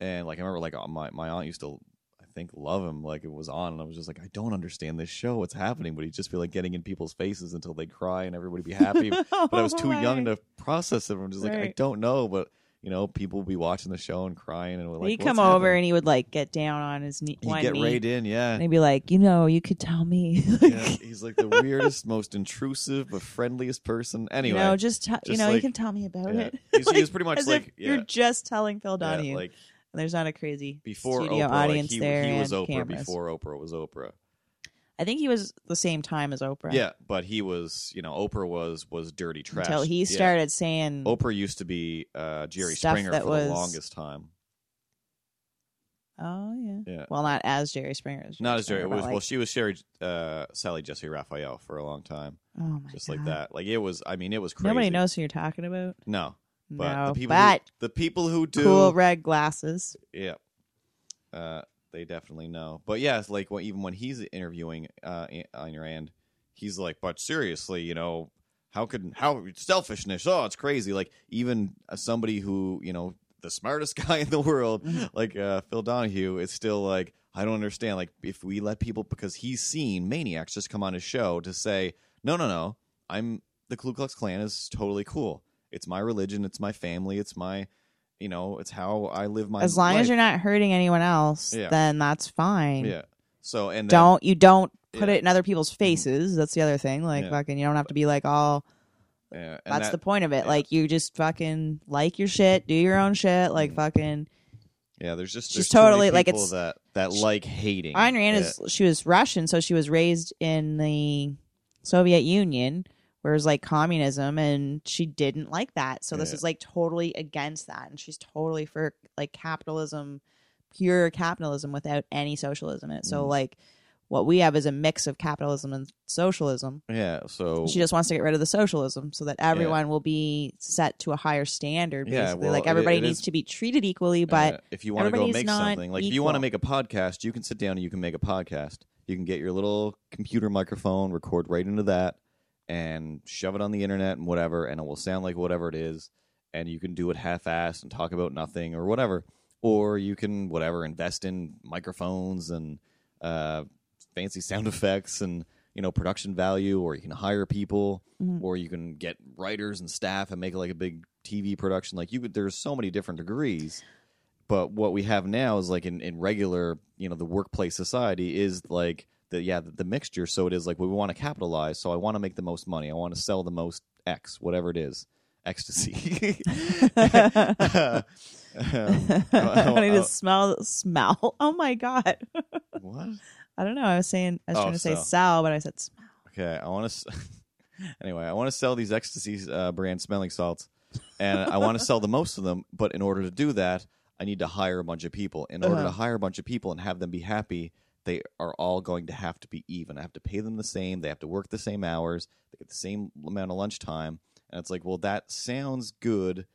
S2: and like I remember like uh, my my aunt used to I think love him like it was on and I was just like I don't understand this show what's happening but he'd just be like getting in people's faces until they cry and everybody would be
S3: *laughs*
S2: happy but I was too young to process it I'm just like I
S3: Right.
S2: don't know but you know people would be watching the show and crying and we're like
S3: *laughs* he'd
S2: "What's
S3: come over
S2: happening?"
S3: and he would like get down on his knee.
S2: You
S3: one
S2: get
S3: knee,
S2: right in, yeah.
S3: And he'd be like, you know, you could tell me. *laughs* like,
S2: yeah. He's like the weirdest, most intrusive, but friendliest person. Anyway,
S3: you know, just, t- you
S2: just
S3: know, you
S2: like-
S3: can tell me about
S2: yeah.
S3: it.
S2: He's- he was
S3: *laughs* Like,
S2: pretty much
S3: as
S2: like-
S3: if you're
S2: yeah.
S3: just telling Phil
S2: yeah,
S3: Donahue,
S2: like
S3: and there's not a crazy
S2: before
S3: studio
S2: Oprah, like,
S3: audience
S2: he,
S3: there.
S2: he was
S3: and
S2: Oprah
S3: cameras.
S2: before Oprah was Oprah.
S3: I think he was the same time as Oprah.
S2: Yeah, but he was, you know, Oprah was was dirty trash
S3: until he
S2: Yeah.
S3: started saying,
S2: Oprah used to be uh, Jerry
S3: Stuff
S2: Springer
S3: that
S2: for
S3: was-
S2: the longest time.
S3: "Oh yeah.
S2: Yeah.
S3: well, not as Jerry Springer,
S2: Not as Jerry. It
S3: Springer,
S2: was
S3: but
S2: well,
S3: like-
S2: she was Sherry, uh, Sally Jesse Raphael for a long time,
S3: oh my
S2: just
S3: God.
S2: like that. Like it was. I mean, it was crazy.
S3: Nobody knows who you're talking about.
S2: No, but
S3: no,
S2: the people,
S3: but
S2: who, the people who do
S3: cool red glasses.
S2: Yeah. Uh, they definitely know. But yeah, it's like well, even when he's interviewing uh, A- Ayn Rand, he's like, but seriously, you know, how could, how, selfishness, oh, it's crazy. Like, even uh, somebody who, you know, the smartest *laughs* guy in the world,
S3: Mhm.
S2: like uh, Phil Donahue, is still like, I don't understand. Like, if we let people, because he's seen maniacs just come on his show to say, no, no, no, I'm, the Ku Klux Klan is totally cool. It's my religion. It's my family. It's my, you know, it's how I live my
S3: As long
S2: life.
S3: as you're not hurting anyone else,
S2: Yeah.
S3: then that's fine.
S2: Yeah. So and then,
S3: don't you don't
S2: Yeah.
S3: put
S2: Mm-hmm.
S3: it in other people's faces. That's the other thing. Like
S2: Yeah.
S3: fucking, you don't have to be like all.
S2: yeah, and
S3: That's
S2: that-
S3: the point of it.
S2: yeah.
S3: Like you just fucking like your shit, do your own shit. Like
S2: Mhm.
S3: fucking.
S2: yeah. There's just there's
S3: she's
S2: too many
S3: totally, like,
S2: people
S3: it's-
S2: that that
S3: she-
S2: like hating.
S3: Ayn Rand
S2: Yeah.
S3: is she was Russian, so she was raised in the Soviet Union, where it was like communism, and she didn't like that. So this
S2: Yeah.
S3: is like totally against that, and she's totally for like capitalism, pure capitalism without any socialism in it. So
S2: Mhm.
S3: like, what we have is a mix of capitalism and socialism.
S2: yeah. So
S3: She just wants to get rid of the socialism so that everyone will be set to a higher standard. Basically.
S2: Yeah, well,
S3: like
S2: it-
S3: everybody
S2: it
S3: needs
S2: is-
S3: to be treated equally, but
S2: *laughs*
S3: *laughs*
S2: uh, if you want to go
S3: everybody's
S2: make
S3: not
S2: something, like if you want to
S3: equal.
S2: make a podcast, you can sit down and you can make a podcast. You can get your little computer microphone, record right into that, and shove it on the internet and whatever, and it will sound like whatever it is. And you can do it half-assed and talk about nothing or whatever, or you can whatever invest in microphones and uh, fancy sound *laughs* effects and you know production value, or you can hire people
S3: Mhm.
S2: or you can get writers and staff and make like a big TV production. Like you could, there's so many different degrees. But what we have now is like in, in regular, you know, the workplace society is like the yeah the, the mixture. So it is like we want to capitalize. So I want to make the most money. I want to sell the most X, whatever it is, ecstasy. *laughs* Um,
S3: I need
S2: oh,
S3: to smell smell. *laughs* Oh my god.
S2: what?
S3: I don't know. I was saying I was
S2: Oh,
S3: trying to say
S2: so.
S3: sal, but I said smell.
S2: Okay, I want to. *laughs* Anyway, I want to sell these ecstasy uh, brand smelling salts, and I want to sell the most of them. But in order to do that, I need to hire a bunch of people. In order to
S3: Uh-huh.
S2: hire a bunch of people and have them be happy, they are all going to have to be even. I have to pay them the same. They have to work the same hours. They get the same amount of lunch time. And it's like, well, that sounds good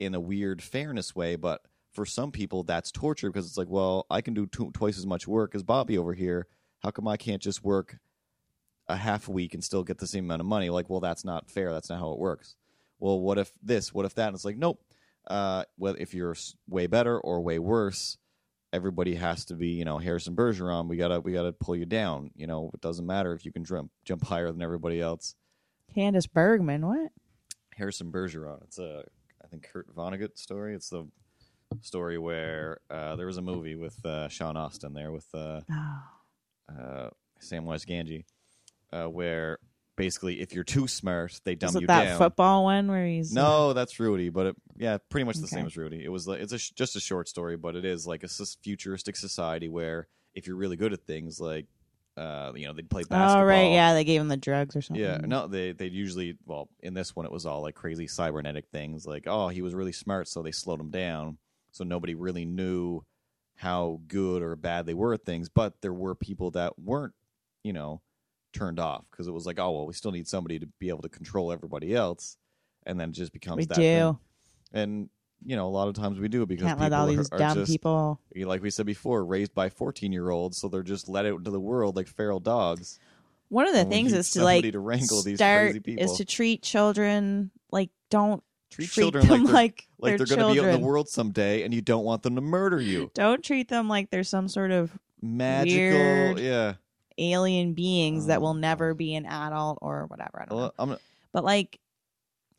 S2: in a weird fairness way, but for some people, that's torture because it's like, well, I can do two, twice as much work as Bobby over here. How come I can't just work a half week and still get the same amount of money? Like, well, that's not fair. That's not how it works. Well, what if this? What if that? And it's like, nope. Uh, well, if you're s- way better or way worse, everybody has to be, you know, Harrison Bergeron. We gotta, we gotta pull you down. You know, it doesn't matter if you can jump jump higher than everybody else.
S3: Candace Bergman, what?
S2: Harrison Bergeron. It's a, I think Kurt Vonnegut story. It's the story where uh, there was a movie with uh, Sean Austin there with uh,
S3: Oh,
S2: uh, Samwise Ganji, uh, where basically if you're too smart, they dumb
S3: is it
S2: you
S3: that
S2: down.
S3: football one where he's
S2: no, that's Rudy, but it, yeah, pretty much the
S3: Okay.
S2: same as Rudy. It was like it's a, sh- just a short story, but it is like a sus- futuristic society where if you're really good at things, like uh, you know, they'd play basketball.
S3: Oh right, yeah, they gave him the drugs or something.
S2: Yeah, no, they they usually well in this one it was all like crazy cybernetic things like oh he was really smart so they slowed him down so nobody really knew how good or bad they were at things but there were people that weren't you know turned off because it was like oh well we still need somebody to be able to control everybody else and then it just becomes
S3: we
S2: that
S3: do.
S2: thing. and you know a lot of times we do because
S3: Can't
S2: people
S3: let all
S2: are,
S3: these
S2: are
S3: dumb
S2: just
S3: people.
S2: like we said before raised by 14 year olds so they're just let out into the world like feral dogs
S3: One of the
S2: and *laughs* we
S3: things
S2: need
S3: is to
S2: somebody
S3: like
S2: to wrangle these
S3: start
S2: crazy people.
S3: is to treat children like don't
S2: treat,
S3: treat,
S2: children
S3: them
S2: like they're
S3: like,
S2: like they're,
S3: they're,
S2: going to be out in the
S3: children.
S2: world someday and you don't want them to murder you
S3: Don't treat them like they're some sort of
S2: magical
S3: Weird.
S2: yeah
S3: alien beings that
S2: Oh,
S3: will never
S2: God. Uh,
S3: be an adult or whatever. I don't know.
S2: Well, I'm,
S3: But like,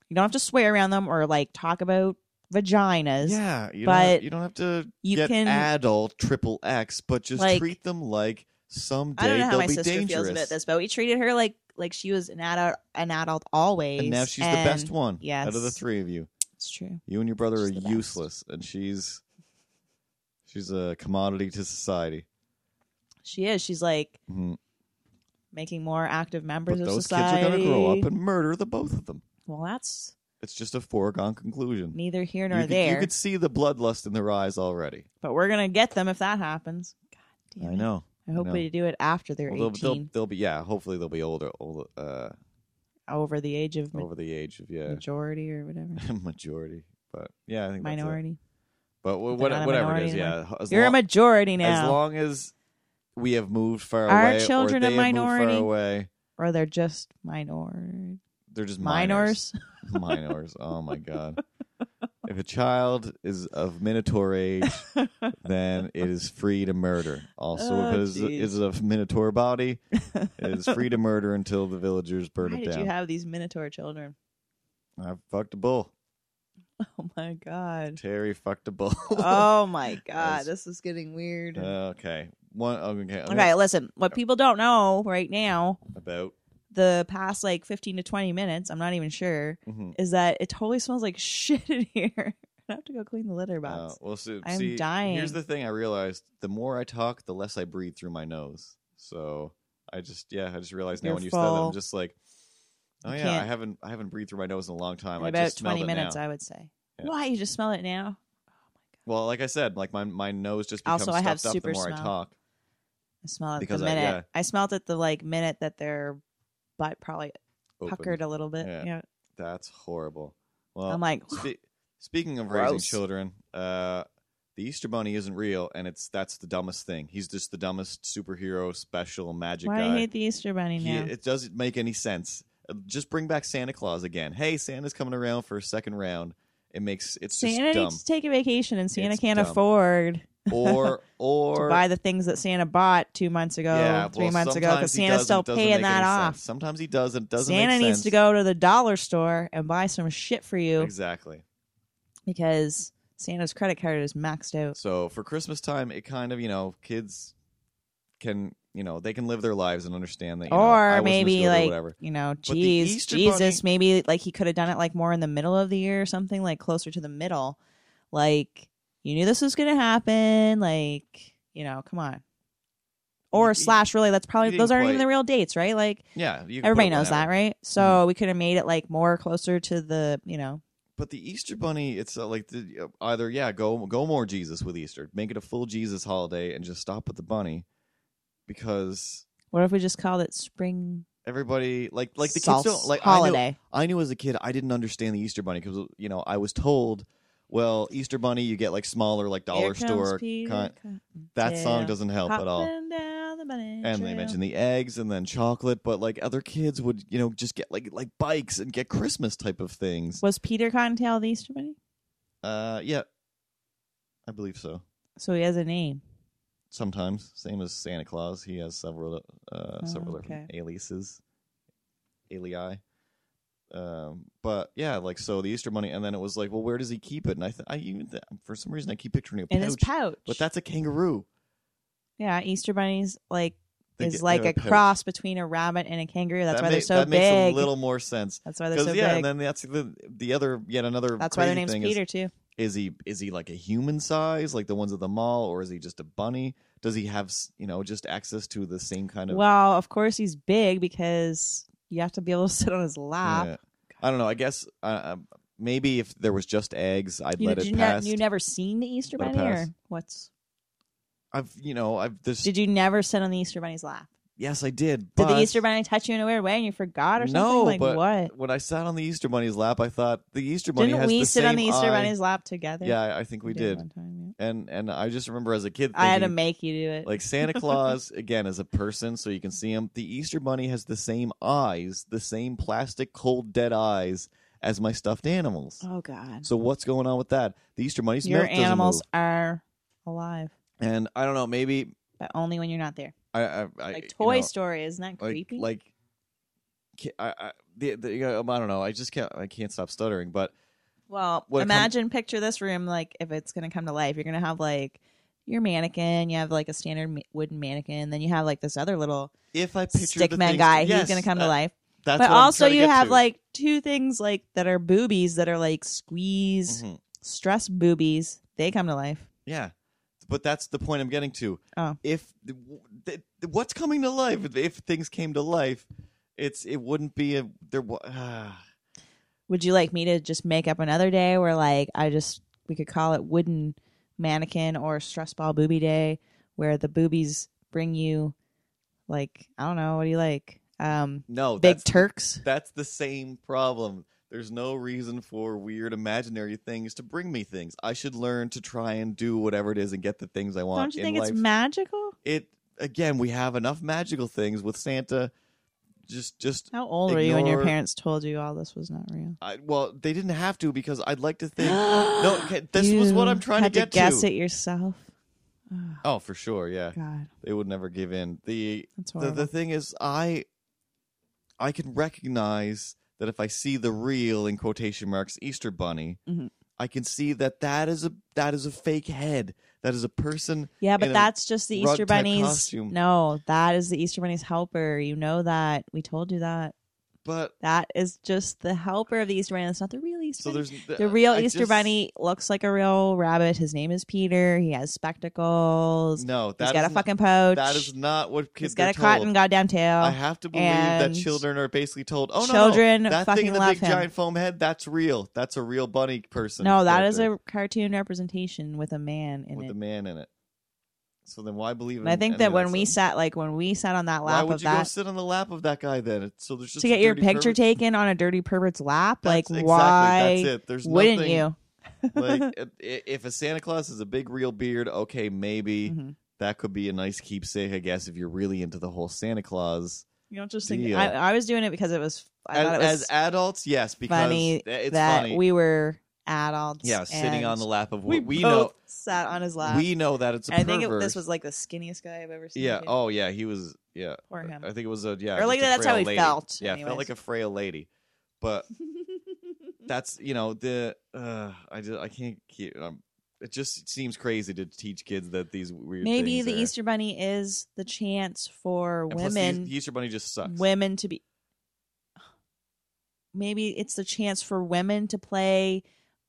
S3: you don't have to swear around them or like talk about vaginas.
S2: yeah you, don't
S3: but
S2: have, you don't have to
S3: you
S2: get
S3: can-
S2: adult triple x but just
S3: Like-
S2: treat them like someday
S3: I don't know how
S2: they'll
S3: my
S2: be
S3: sister
S2: dangerous
S3: feels about this, but we treated her like like she was an adult, an adult always.
S2: and now she's the best
S3: and
S2: one out of the
S3: yes.
S2: three of you
S3: It's true.
S2: you and your brother
S3: She's
S2: are
S3: the best.
S2: useless and she's she's a commodity to society
S3: She is. She's like
S2: Mhm.
S3: making more active members
S2: but
S3: of
S2: those
S3: society.
S2: kids are going to grow up and murder the both of them
S3: well, that's
S2: it's just a foregone conclusion
S3: neither here
S2: you
S3: nor
S2: could,
S3: there.
S2: you could see the bloodlust in their eyes already
S3: But we're gonna get them if that happens. God damn
S2: I
S3: it.
S2: know.
S3: I hope
S2: know.
S3: we do it after they're
S2: Well, they'll, they'll,
S3: eighteen,
S2: they'll be yeah. Hopefully they'll be older, older uh,
S3: over the age of ma-
S2: over the age of yeah
S3: majority or
S2: *laughs*
S3: whatever,
S2: majority. But yeah, I think that's it.
S3: minority.
S2: But wh- what,
S3: not a
S2: whatever it
S3: minority
S2: is, yeah. As
S3: You're a
S2: long,
S3: majority
S2: as
S3: now,
S2: long as we have moved far
S3: Our
S2: away,
S3: children
S2: or
S3: are
S2: they Have
S3: minority.
S2: moved far away,
S3: or they're just minor
S2: they're just
S3: minors.
S2: Minors. *laughs* minors. Oh my god. If a child is of Minotaur
S3: *laughs*
S2: age, then it is free to murder. Also,
S3: Oh,
S2: if it is,
S3: jeez.
S2: is of Minotaur body, *laughs* it is free to murder until the villagers burn
S3: *laughs* Why
S2: it
S3: did
S2: down.
S3: you have these Minotaur children? *laughs*
S2: I fucked a bull.
S3: Oh my
S2: *laughs*
S3: god.
S2: Terry fucked a bull. *laughs*
S3: Oh my god.
S2: That's- Uh,
S3: This is getting weird.
S2: okay. One okay. I'm
S3: okay, listen. What people don't know right now,
S2: About.
S3: the past like fifteen to twenty minutes, I'm not even sure,
S2: mhm.
S3: is that it totally smells like *laughs* shit in here. *laughs* I have to go clean the litter box.
S2: Uh, well, so,
S3: I'm
S2: see,
S3: dying.
S2: Here's the thing. I realized the more I talk, the less I breathe through my nose. So I just yeah, I just realized now
S3: You're
S2: when you said that,
S3: full.
S2: I'm just like, oh
S3: You
S2: yeah, I
S3: can't-
S2: haven't I haven't breathed through my nose in a long time.
S3: In
S2: I
S3: about
S2: just smelled
S3: twenty
S2: it
S3: minutes,
S2: Now.
S3: I would say.
S2: Yeah.
S3: Why you just smell it now? Oh
S2: Well, like I said, like my my nose just becomes
S3: Also, I have
S2: stuffed up
S3: super
S2: the more I
S3: smell.
S2: talk.
S3: I smell it
S2: Because
S3: the
S2: I-
S3: minute. I,
S2: yeah.
S3: smelled it the like minute that their butt probably
S2: Open.
S3: puckered Oh a little bit.
S2: Yeah.
S3: Yeah,
S2: That's horrible. Well,
S3: I'm like,
S2: Spe- speaking of raising
S3: Gross.
S2: children, uh, the Easter Bunny isn't real, and it's that's the dumbest thing. He's just the dumbest superhero, special magic
S3: *sighs* why do
S2: guy.
S3: you hate the Easter Bunny
S2: He-
S3: now?
S2: it doesn't make any sense. Uh, Just bring back Santa Claus again. Hey, Santa's coming around for a second round. It makes it's
S3: Santa
S2: just dumb.
S3: needs *laughs* to take a vacation, and Santa
S2: It's
S3: can't
S2: dumb.
S3: afford
S2: or or
S3: to buy the things that Santa bought two months ago,
S2: yeah,
S3: three
S2: well,
S3: months ago,
S2: sometimes
S3: because
S2: he
S3: Santa's
S2: does,
S3: still
S2: it doesn't
S3: paying
S2: make
S3: that
S2: any
S3: off.
S2: sense. Sometimes he doesn't. Doesn't make
S3: Santa needs
S2: sense.
S3: to go to the dollar store and buy some shit for you
S2: exactly.
S3: because Santa's credit card is maxed out.
S2: So for Christmas time, it kind of you know kids can you know they can live their lives and understand that. You know, I
S3: or
S2: wasn't as
S3: maybe
S2: good or
S3: like
S2: whatever.
S3: you know,
S2: the
S3: geez,
S2: Easter
S3: Jesus,
S2: Bunny-
S3: maybe like he could have done it like more in the middle of the year or something, like closer to the middle. Like you knew this was gonna happen. Like you know, come on. or
S2: You-
S3: slash really that's probably
S2: you
S3: those
S2: didn't
S3: aren't
S2: quite-
S3: even the real dates right like
S2: Yeah, you can
S3: everybody
S2: put it
S3: knows that
S2: way. Mm-hmm.
S3: right so we could have made it like more closer to the you know
S2: But the Easter Bunny, it's uh, like the, uh, either yeah, go go more Jesus with Easter, make it a full Jesus holiday, and just stop with the bunny, because
S3: what if we just called it spring
S2: everybody like like the
S3: salsa
S2: kids don't like I know-
S3: holiday
S2: I knew as a kid I didn't understand the Easter Bunny because you know I was told, well, Easter Bunny you get like smaller like dollar store. kind- that song doesn't help at all. And they mentioned the eggs and then chocolate, but like other kids would you know just get like like bikes and get Christmas type of things.
S3: was Peter Cottontail the Easter Bunny
S2: Uh, yeah, I believe so.
S3: so he has a name
S2: Sometimes, same as Santa Claus, he has several uh,
S3: Oh,
S2: several different aliases, alii. Um, but yeah, like so, the Easter money, and then it was like, well, where does he keep it? And I, th- I even th- for some reason, I keep picturing a
S3: in
S2: pouch,
S3: his pouch
S2: but that's a kangaroo.
S3: yeah Easter bunnies like
S2: They
S3: is
S2: get-
S3: like
S2: they're
S3: a
S2: pouch.
S3: cross between a rabbit and a kangaroo that's
S2: That
S3: why
S2: ma-
S3: they're so
S2: that
S3: big
S2: makes a little more sense.
S3: that's why they're so
S2: Because yeah,
S3: big
S2: and then that's the the other yet another.
S3: that's why their
S2: crazy
S3: name's
S2: thing
S3: Peter
S2: Is,
S3: too
S2: is he is he like a human size, like the ones at the mall, or is he just a bunny? Does he have s- you know just access to the same kind of
S3: Well, of course he's big because you have to be able to *laughs* sit on his lap.
S2: Yeah. I don't know. I guess uh, uh, maybe if there was just eggs, I'd
S3: You,
S2: let
S3: did
S2: it
S3: you,
S2: pass.
S3: ne- you never seen the Easter
S2: Let it
S3: bunny, or
S2: pass.
S3: what's?
S2: I've, you know, I've this.
S3: Did you never sit on the Easter bunny's lap?
S2: yes, I did.
S3: Did
S2: But
S3: the Easter bunny touch you in a weird way and you forgot or something?
S2: No,
S3: like
S2: but
S3: what?
S2: when I sat on the Easter bunny's lap, I thought the Easter bunny
S3: Didn't
S2: has
S3: we
S2: the
S3: sit on the
S2: same
S3: Easter
S2: eye.
S3: bunny's lap together?
S2: Yeah, I- I think we did.
S3: one time, yeah.
S2: And and I just remember as a kid,
S3: I had to
S2: thinking,
S3: make you do it.
S2: like Santa Claus again as a person, so you can see him. The Easter bunny has the same eyes, the same plastic, cold, dead eyes as my stuffed animals.
S3: oh God,
S2: So what's going on with that? The Easter bunny's
S3: your
S2: mouth doesn't
S3: animals
S2: move.
S3: are alive,
S2: and I don't know. Maybe
S3: but only when you're not there.
S2: I, I, I you
S3: Like Toy
S2: know,
S3: Story, isn't that
S2: like
S3: creepy?
S2: like ki- I, I, the, the, you know, I don't know. I just can't I can't stop stuttering. But
S3: Well,
S2: What it come-
S3: imagine picture this room like if it's going to come to life, you're going to have like your mannequin, you have like a standard ma- wooden mannequin, then you have like this other little
S2: if I picture
S3: stick
S2: the
S3: man
S2: things-
S3: guy,
S2: yes,
S3: he's going to come to
S2: uh,
S3: life.
S2: That's
S3: But
S2: what I'm
S3: also
S2: trying to
S3: you
S2: get
S3: have
S2: to.
S3: like two things like that are boobies that are like squeeze
S2: Mhm.
S3: stress boobies, they come to life.
S2: yeah. But that's the point I'm getting to.
S3: Oh.
S2: If the- the- the- what's coming to life? If things came to life, it's it wouldn't be a there. wa- Ah.
S3: Would you like me to just make up another day where like I just we could call it wooden mannequin or stress ball booby day where the boobies bring you like I don't know, what do you like? Um
S2: no,
S3: Big
S2: that's,
S3: Turks.
S2: that's the same problem. There's no reason for weird imaginary things to bring me things. I should learn to try and do whatever it is and get the things I want.
S3: Don't you
S2: in
S3: think it's
S2: life.
S3: magical?
S2: it again we have enough magical things with santa just just
S3: How old were you when your
S2: Ignore-
S3: parents told you all this was not real?
S2: I, well they didn't have to because i'd like to
S3: *gasps*
S2: think no okay, this was what
S3: You
S2: i'm trying
S3: had
S2: to get
S3: guess it yourself. Oh,
S2: oh for sure yeah
S3: God,
S2: they would never give in the
S3: that's
S2: the,
S3: horrible.
S2: the thing is i i can recognize that if i see the real in quotation marks easter bunny
S3: Mhm.
S2: i can see that that is a that is a fake head that is a person
S3: yeah,
S2: in
S3: but
S2: a
S3: that's just the Easter
S2: rug-type
S3: Bunny's.
S2: costume.
S3: No, that is the Easter Bunny's helper. You know that. We told you that.
S2: but
S3: That is just the helper of the Easter Bunny. That's not the real Easter
S2: so
S3: Bunny.
S2: there's
S3: The real
S2: I
S3: Easter
S2: just-
S3: Bunny looks like a real rabbit. His name is Peter. He has spectacles.
S2: no that
S3: He's got
S2: is not-
S3: a fucking poach.
S2: That is not what kids
S3: He's got
S2: are
S3: a cotton
S2: told.
S3: goddamn tail.
S2: I have to believe that
S3: and
S2: children are basically told, "Oh no,
S3: children
S2: no, that
S3: fucking
S2: thing in the
S3: love
S2: big
S3: him."
S2: giant foam head, that's real. That's a real bunny person."
S3: No, that
S2: right
S3: is
S2: there
S3: a cartoon representation with a man in
S2: with
S3: it.
S2: a man in it. So then, why believe?
S3: And I
S2: in
S3: think
S2: any
S3: that
S2: of
S3: when we
S2: stuff?
S3: sat, like when we sat on that
S2: why
S3: lap
S2: would
S3: of
S2: you go
S3: that
S2: sit on the lap of that guy then? It's, so there's just
S3: to
S2: a
S3: get your
S2: dirty
S3: picture
S2: pervert-
S3: taken on a dirty pervert's lap,
S2: That's
S3: like
S2: exactly,
S3: why
S2: That's it. There's
S3: wouldn't
S2: nothing,
S3: you? *laughs*
S2: like, i- i- if a Santa Claus is a big real beard, okay, maybe
S3: Mhm.
S2: that could be a nice keepsake. I guess if you're really into the whole Santa Claus.
S3: You don't just think.
S2: Deal.
S3: I, I was doing it because it was. I
S2: as,
S3: thought it was
S2: as adults, yes, because
S3: funny
S2: it's
S3: that
S2: funny.
S3: we were adults.
S2: yeah, sitting on
S3: and
S2: the lap of
S3: We,
S2: what we, know.
S3: both sat on his lap.
S2: We know that it's a
S3: And I
S2: pervert.
S3: think it, this was like the skinniest guy I've ever seen.
S2: yeah. uh,
S3: too.
S2: Oh, yeah. He was. Yeah.
S3: poor him. *laughs*
S2: I think it was a yeah.
S3: Or
S2: just
S3: like
S2: a
S3: that's how
S2: frail
S3: he
S2: lady.
S3: felt,
S2: Yeah, felt
S3: anyways.
S2: like a frail lady, but that's you know the uh, I just I can't keep. Um, it just seems crazy to teach kids that these weird
S3: Maybe
S2: things
S3: the
S2: are-
S3: Easter Bunny is the chance for
S2: and plus the
S3: women.
S2: Eas- the Easter Bunny just sucks.
S3: women to be *sighs* maybe it's the chance for women to play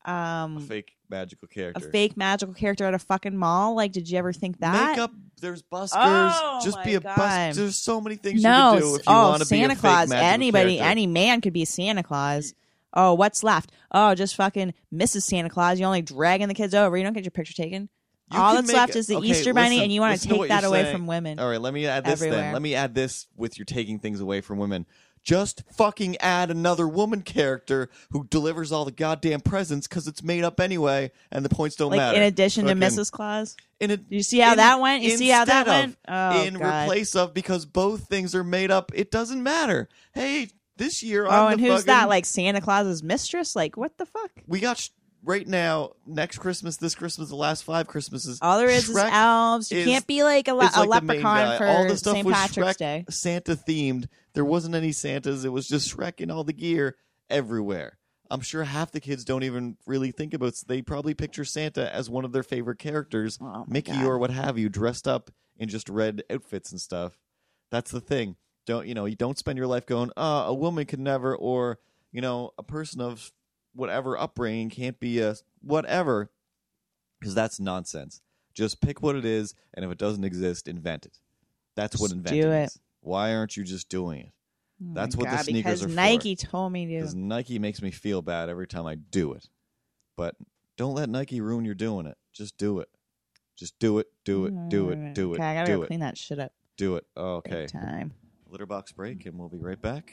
S3: um
S2: a fake magical
S3: a
S2: character.
S3: fake magical character at a fucking mall like did you ever think that
S2: Make up There's buskers.
S3: Oh,
S2: just
S3: my
S2: be a
S3: God.
S2: busker. There's so many things
S3: no,
S2: you can do
S3: s-
S2: if you
S3: oh,
S2: want to be a
S3: Santa
S2: fake
S3: Claus.
S2: magical
S3: Anybody,
S2: character.
S3: any man could be Santa Claus. Oh, what's left? Oh, just fucking Mrs. Santa Claus. You're only dragging the kids over. You don't get your picture taken.
S2: You
S3: All
S2: can
S3: that's
S2: make-
S3: left is the
S2: okay,
S3: Easter Bunny,
S2: listen-
S3: and you want to
S2: listen to
S3: take
S2: what
S3: that
S2: you're
S3: away
S2: saying.
S3: from women.
S2: All right, let me add this
S3: Everywhere.
S2: then. Let me add this with your taking things away from women. Just fucking add another woman character who delivers all the goddamn presents because it's made up anyway, and the points don't
S3: like
S2: matter.
S3: in addition
S2: Fucking-
S3: to Mrs. Claus.
S2: In a,
S3: You see how
S2: in-
S3: that went? You see how that
S2: instead
S3: went? Oh,
S2: in
S3: God.
S2: replace of because both things are made up. It doesn't matter. Hey, this year I'm
S3: Oh, and
S2: the
S3: who's that?
S2: fucking-
S3: Like Santa Claus's mistress? Like what the fuck?
S2: we got sh- right now next Christmas, this Christmas, the last five Christmases.
S3: All there is
S2: Shrek
S3: is elves. You
S2: is-
S3: can't be like a, le-
S2: is
S3: a
S2: like the main
S3: leprechaun
S2: guy.
S3: for
S2: all the stuff
S3: St.
S2: was
S3: Patrick's
S2: Shrek
S3: Day.
S2: Santa themed. There wasn't any Santas. It was just Shrek and all the gear everywhere. I'm sure half the kids don't even really think about. They probably picture Santa as one of their favorite characters,
S3: Oh, my
S2: Mickey
S3: God.
S2: or what have you, dressed up in just red outfits and stuff. That's the thing. Don't you know? You don't spend your life going, uh, a woman could never, or you know, a person of whatever upbringing can't be a whatever, because that's nonsense. Just pick what it is, and if it doesn't exist, invent it. That's what
S3: Just
S2: inventing
S3: do it.
S2: is. Why aren't you just doing it?
S3: Oh,
S2: That's
S3: my
S2: what the
S3: God,
S2: sneakers
S3: because
S2: are for.
S3: Nike told me to.
S2: Because Nike makes me feel bad every time I do it. But don't let Nike ruin your doing it. Just do it. Just do it. Do it. Do it. Do it.
S3: Mm-hmm. Okay, I gotta
S2: do
S3: go
S2: it.
S3: clean that shit up.
S2: Do it. Oh,
S3: big
S2: okay.
S3: Time.
S2: Litter box break, and we'll be right back.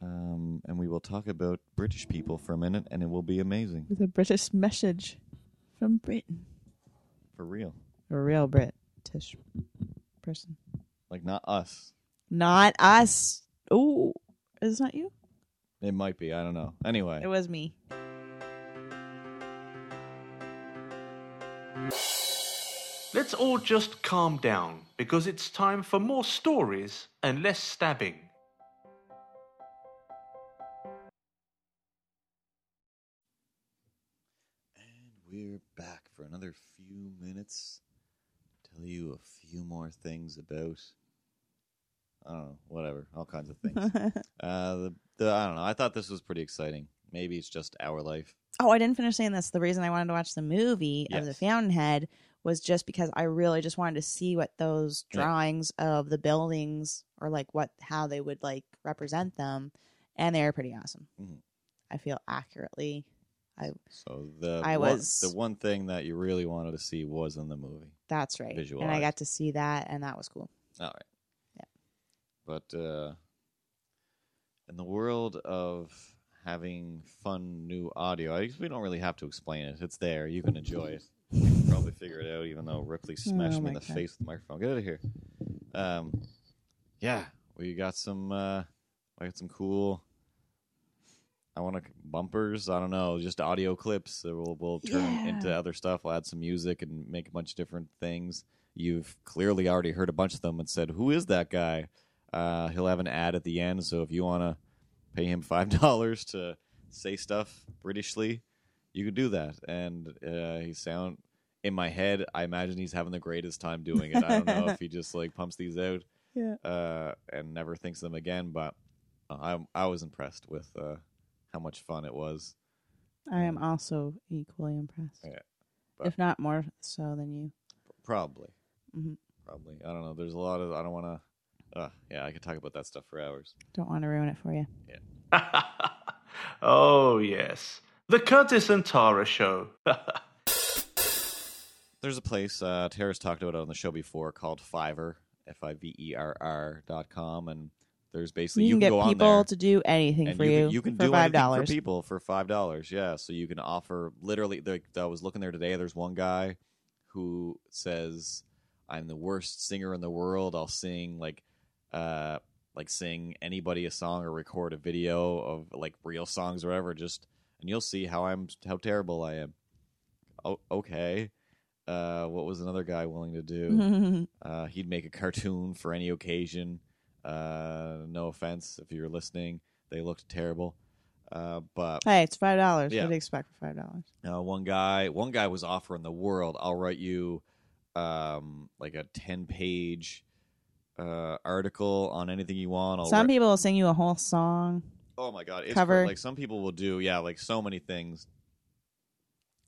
S2: Um, and we will talk about British people for a minute, and it will be amazing
S3: With a British message from Britain.
S2: for real.
S3: A real British person.
S2: Like not us.
S3: Not us. Ooh. Is this not you?
S2: It might be. I don't know. Anyway,
S3: It was me. *laughs*
S1: Let's all just calm down because it's time for more stories and less stabbing. *laughs*
S2: And we're back for another few minutes. Tell you a few more things about, I don't know, whatever, all kinds of
S3: *laughs*
S2: things. uh, the, the, I don't know. I thought this was pretty exciting. Maybe it's just our life.
S3: Oh, I didn't finish saying this. The reason I wanted to watch the movie of the
S2: Yes.
S3: Fountainhead was just because I really just wanted to see what those
S2: Yeah.
S3: drawings of the buildings or like what how they would like represent them, and they are pretty awesome.
S2: Mhm.
S3: I feel accurately.
S2: So the
S3: I
S2: one,
S3: was-
S2: the one thing that you really wanted to see was in the movie.
S3: That's right. And I
S2: Visualized.
S3: got to see that, and that was cool.
S2: All right. But uh, in the world of having fun new audio, I guess we don't really have to explain it. It's there. You can enjoy it. You can probably figure it out, even though Ripley smashed
S3: Oh
S2: me
S3: my
S2: in the
S3: God.
S2: face with the microphone. Get out of here. Um, yeah, we got some. Uh, we got some cool. I want to bumpers. I don't know, just audio clips. that We'll we'll turn
S3: Yeah.
S2: into other stuff. We'll add some music and make a bunch of different things. You've clearly already heard a bunch of them and said, "Who is that guy?" Uh, he'll have an ad at the end, so if you want to pay him five dollars to say stuff Britishly, you could do that. And uh, he sound in my head. I imagine he's having the greatest time doing it. I don't know if he just like pumps these out
S3: Yeah.
S2: uh, and never thinks of them again. But I I was impressed with uh, how much fun it was.
S3: I am also equally impressed,
S2: Yeah, but-
S3: if not more so than you.
S2: Probably.
S3: Mhm.
S2: Probably. I don't know. There's a lot of. I don't want to. Uh, yeah, I could talk about that stuff for hours.
S3: Don't want to ruin it for you.
S1: oh, yes. The Curtis and Tara Show.
S2: There's a place uh, Tara's talked about on the show before called Fiverr, F I V E R R dot com, and there's basically
S3: you can get
S2: go on
S3: people
S2: there
S3: to do anything
S2: and
S3: for
S2: you,
S3: you.
S2: can, you can
S3: for
S2: do
S3: five
S2: anything for
S3: dollars.
S2: people for five dollars. Yeah, so you can offer literally. Like, I was looking there today. There's one guy who says, "I'm the worst singer in the world. I'll sing like, uh, like sing anybody a song or record a video of like real songs or whatever. Just and you'll see how I'm how terrible I am." Oh, okay. Uh, what was another guy willing to do?
S3: Mm-hmm.
S2: Uh, he'd make a cartoon for any occasion. Uh, no offense if you're listening, they looked terrible. Uh, but
S3: *laughs* hey, it's five dollars.
S2: Yeah.
S3: What do you expect for five dollars?
S2: uh, one guy, one guy was offering the world, "I'll write you um, like a ten page uh, article on anything you want." I'll
S3: Some
S2: write-
S3: people will sing you a whole song.
S2: Oh my god, it's
S3: cover.
S2: cra- like some people will do, yeah, like so many things.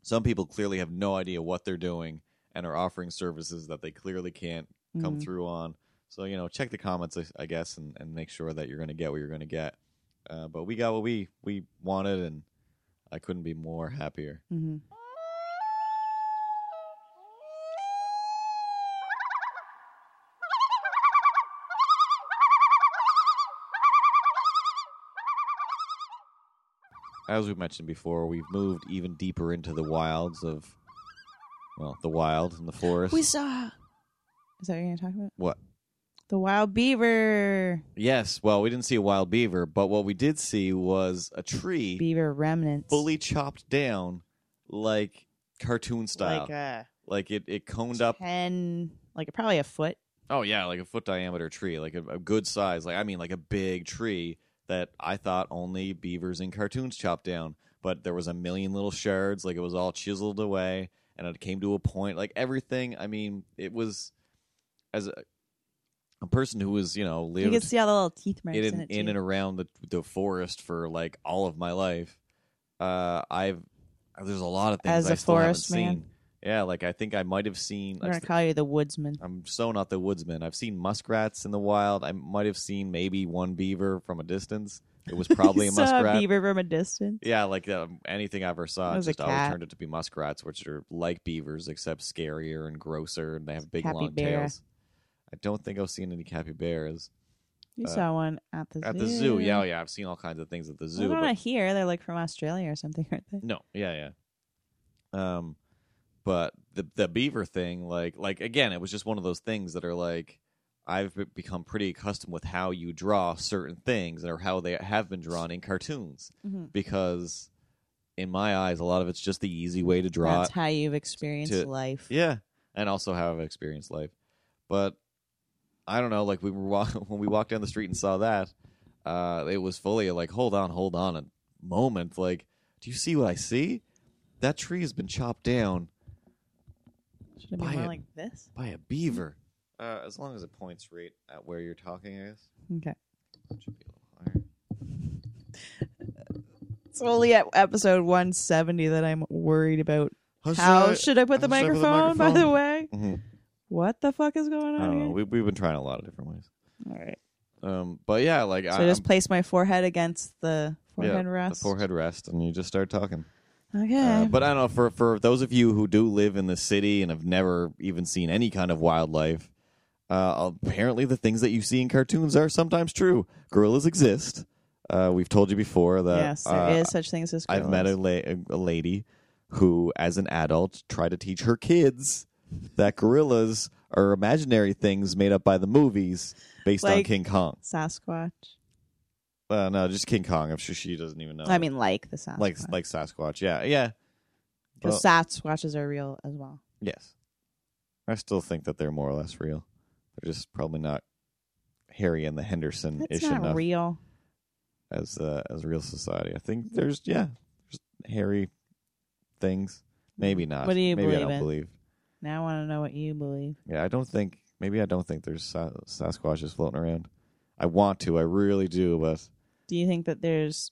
S2: Some people clearly have no idea what they're doing and are offering services that they clearly can't come
S3: Mhm.
S2: through on. So you know, check the comments, I- I guess, and, and make sure that you're going to get what you're going to get. Uh, but we got what we we wanted, and I couldn't be more happier.
S3: Mhm.
S2: As we mentioned before, we've moved even deeper into the wilds of, well, the wild and the forest.
S3: We saw. Is that what you're gonna talk about?
S2: what?
S3: The wild beaver.
S2: Yes. Well, we didn't see a wild beaver, but what we did see was a tree
S3: Beaver remnants.
S2: fully chopped down, like cartoon style.
S3: Like
S2: Like,
S3: a
S2: it, it coned up.
S3: ten, like probably a foot.
S2: Oh yeah, like a foot diameter tree, like a, a good size. Like I mean, like a big tree that I thought only beavers in cartoons chopped down. But there was a million little shards. Like it was all chiseled away, and it came to a point. Like everything. I mean, it was as a, a person who was you know
S3: You
S2: lived
S3: can see all the little teeth marks
S2: in,
S3: in,
S2: and-
S3: it.
S2: in
S3: too.
S2: and around the the forest for like all of my life. Uh, I've there's a lot of things
S3: As
S2: I
S3: a
S2: still haven't
S3: forest man?
S2: seen. Yeah, like I think I might have seen.
S3: We're
S2: I've
S3: gonna
S2: st-
S3: call you the woodsman.
S2: I'm so not the woodsman. I've seen muskrats in the wild. I might have seen maybe one beaver from a distance. It
S3: *laughs*
S2: was probably
S3: You
S2: a
S3: saw
S2: muskrat.
S3: beaver from a distance.
S2: Yeah, like um, anything I ever saw,
S3: It was a
S2: just always
S3: cat.
S2: turned out to be muskrats, which are like beavers except scarier and grosser, and they have big long
S3: Capybara.
S2: tails. I don't think I've seen any capybaras
S3: You
S2: Uh,
S3: saw one at the
S2: at
S3: zoo.
S2: the zoo. Yeah, oh, yeah, I've seen all kinds of things at the zoo.
S3: I don't
S2: but-
S3: know here. They're like from Australia or something, aren't they?
S2: No, yeah, yeah. Um, but the the beaver thing, like, like again, it was just one of those things that are like, I've be- become pretty accustomed with how you draw certain things or how they have been drawn in cartoons
S3: Mhm.
S2: because, in my eyes, a lot of it's just the easy way to draw.
S3: That's
S2: It.
S3: how you've experienced
S2: to-
S3: life.
S2: Yeah, and also how I've experienced life. But I don't know, like we were walk- *laughs* when we walked down the street and saw that, uh, it was fully like, hold on, hold on, a moment. Like, do you see what I see? That tree has been chopped down
S3: Should it be
S2: Buy
S3: more
S2: it.
S3: like this?
S2: by a beaver. Uh, as long as it points right at where you're talking, I guess.
S3: Okay.
S2: It should be a little higher.
S3: It's only at episode 170 that I'm worried about. How should I put the
S2: how should I put the
S3: microphone, by the
S2: microphone?
S3: way?
S2: Mhm.
S3: What the fuck is going
S2: I
S3: on
S2: don't
S3: here?
S2: know. We, we've been trying a lot of different ways.
S3: All right.
S2: Um, but yeah, like
S3: So
S2: I,
S3: I just
S2: I'm-
S3: place my forehead against the forehead
S2: the
S3: rest.
S2: forehead rest, and you just start talking.
S3: Okay.
S2: Uh, but I don't know for for those of you who do live in the city and have never even seen any kind of wildlife, uh, apparently the things that you see in cartoons are sometimes true. Gorillas exist. Uh, we've told you before that
S3: yes, there
S2: uh,
S3: is such things as
S2: I've met a,
S3: gorillas.
S2: la- a lady who, as an adult, tried to teach her kids that gorillas are imaginary things made up by the movies based on
S3: Like-
S2: King Kong.
S3: Sasquatch.
S2: Uh, no, just King Kong. I'm sure she doesn't even know.
S3: I mean, like the Sasquatch.
S2: like like Sasquatch. Yeah, yeah. Well-
S3: Because Sasquatches are real as well.
S2: Yes. I still think that they're more or less real. They're just probably not Harry and the Henderson ish
S3: That's not
S2: enough
S3: real.
S2: as uh, as real society. I think there's yeah, there's hairy things. Maybe not.
S3: Mm. What do you
S2: maybe I
S3: believe
S2: don't
S3: in?
S2: believe.
S3: Now I want to know what you believe.
S2: Yeah, I don't think maybe I don't think there's Sa- Sasquatches floating around. I want to, I really do, but
S3: Do you think that there's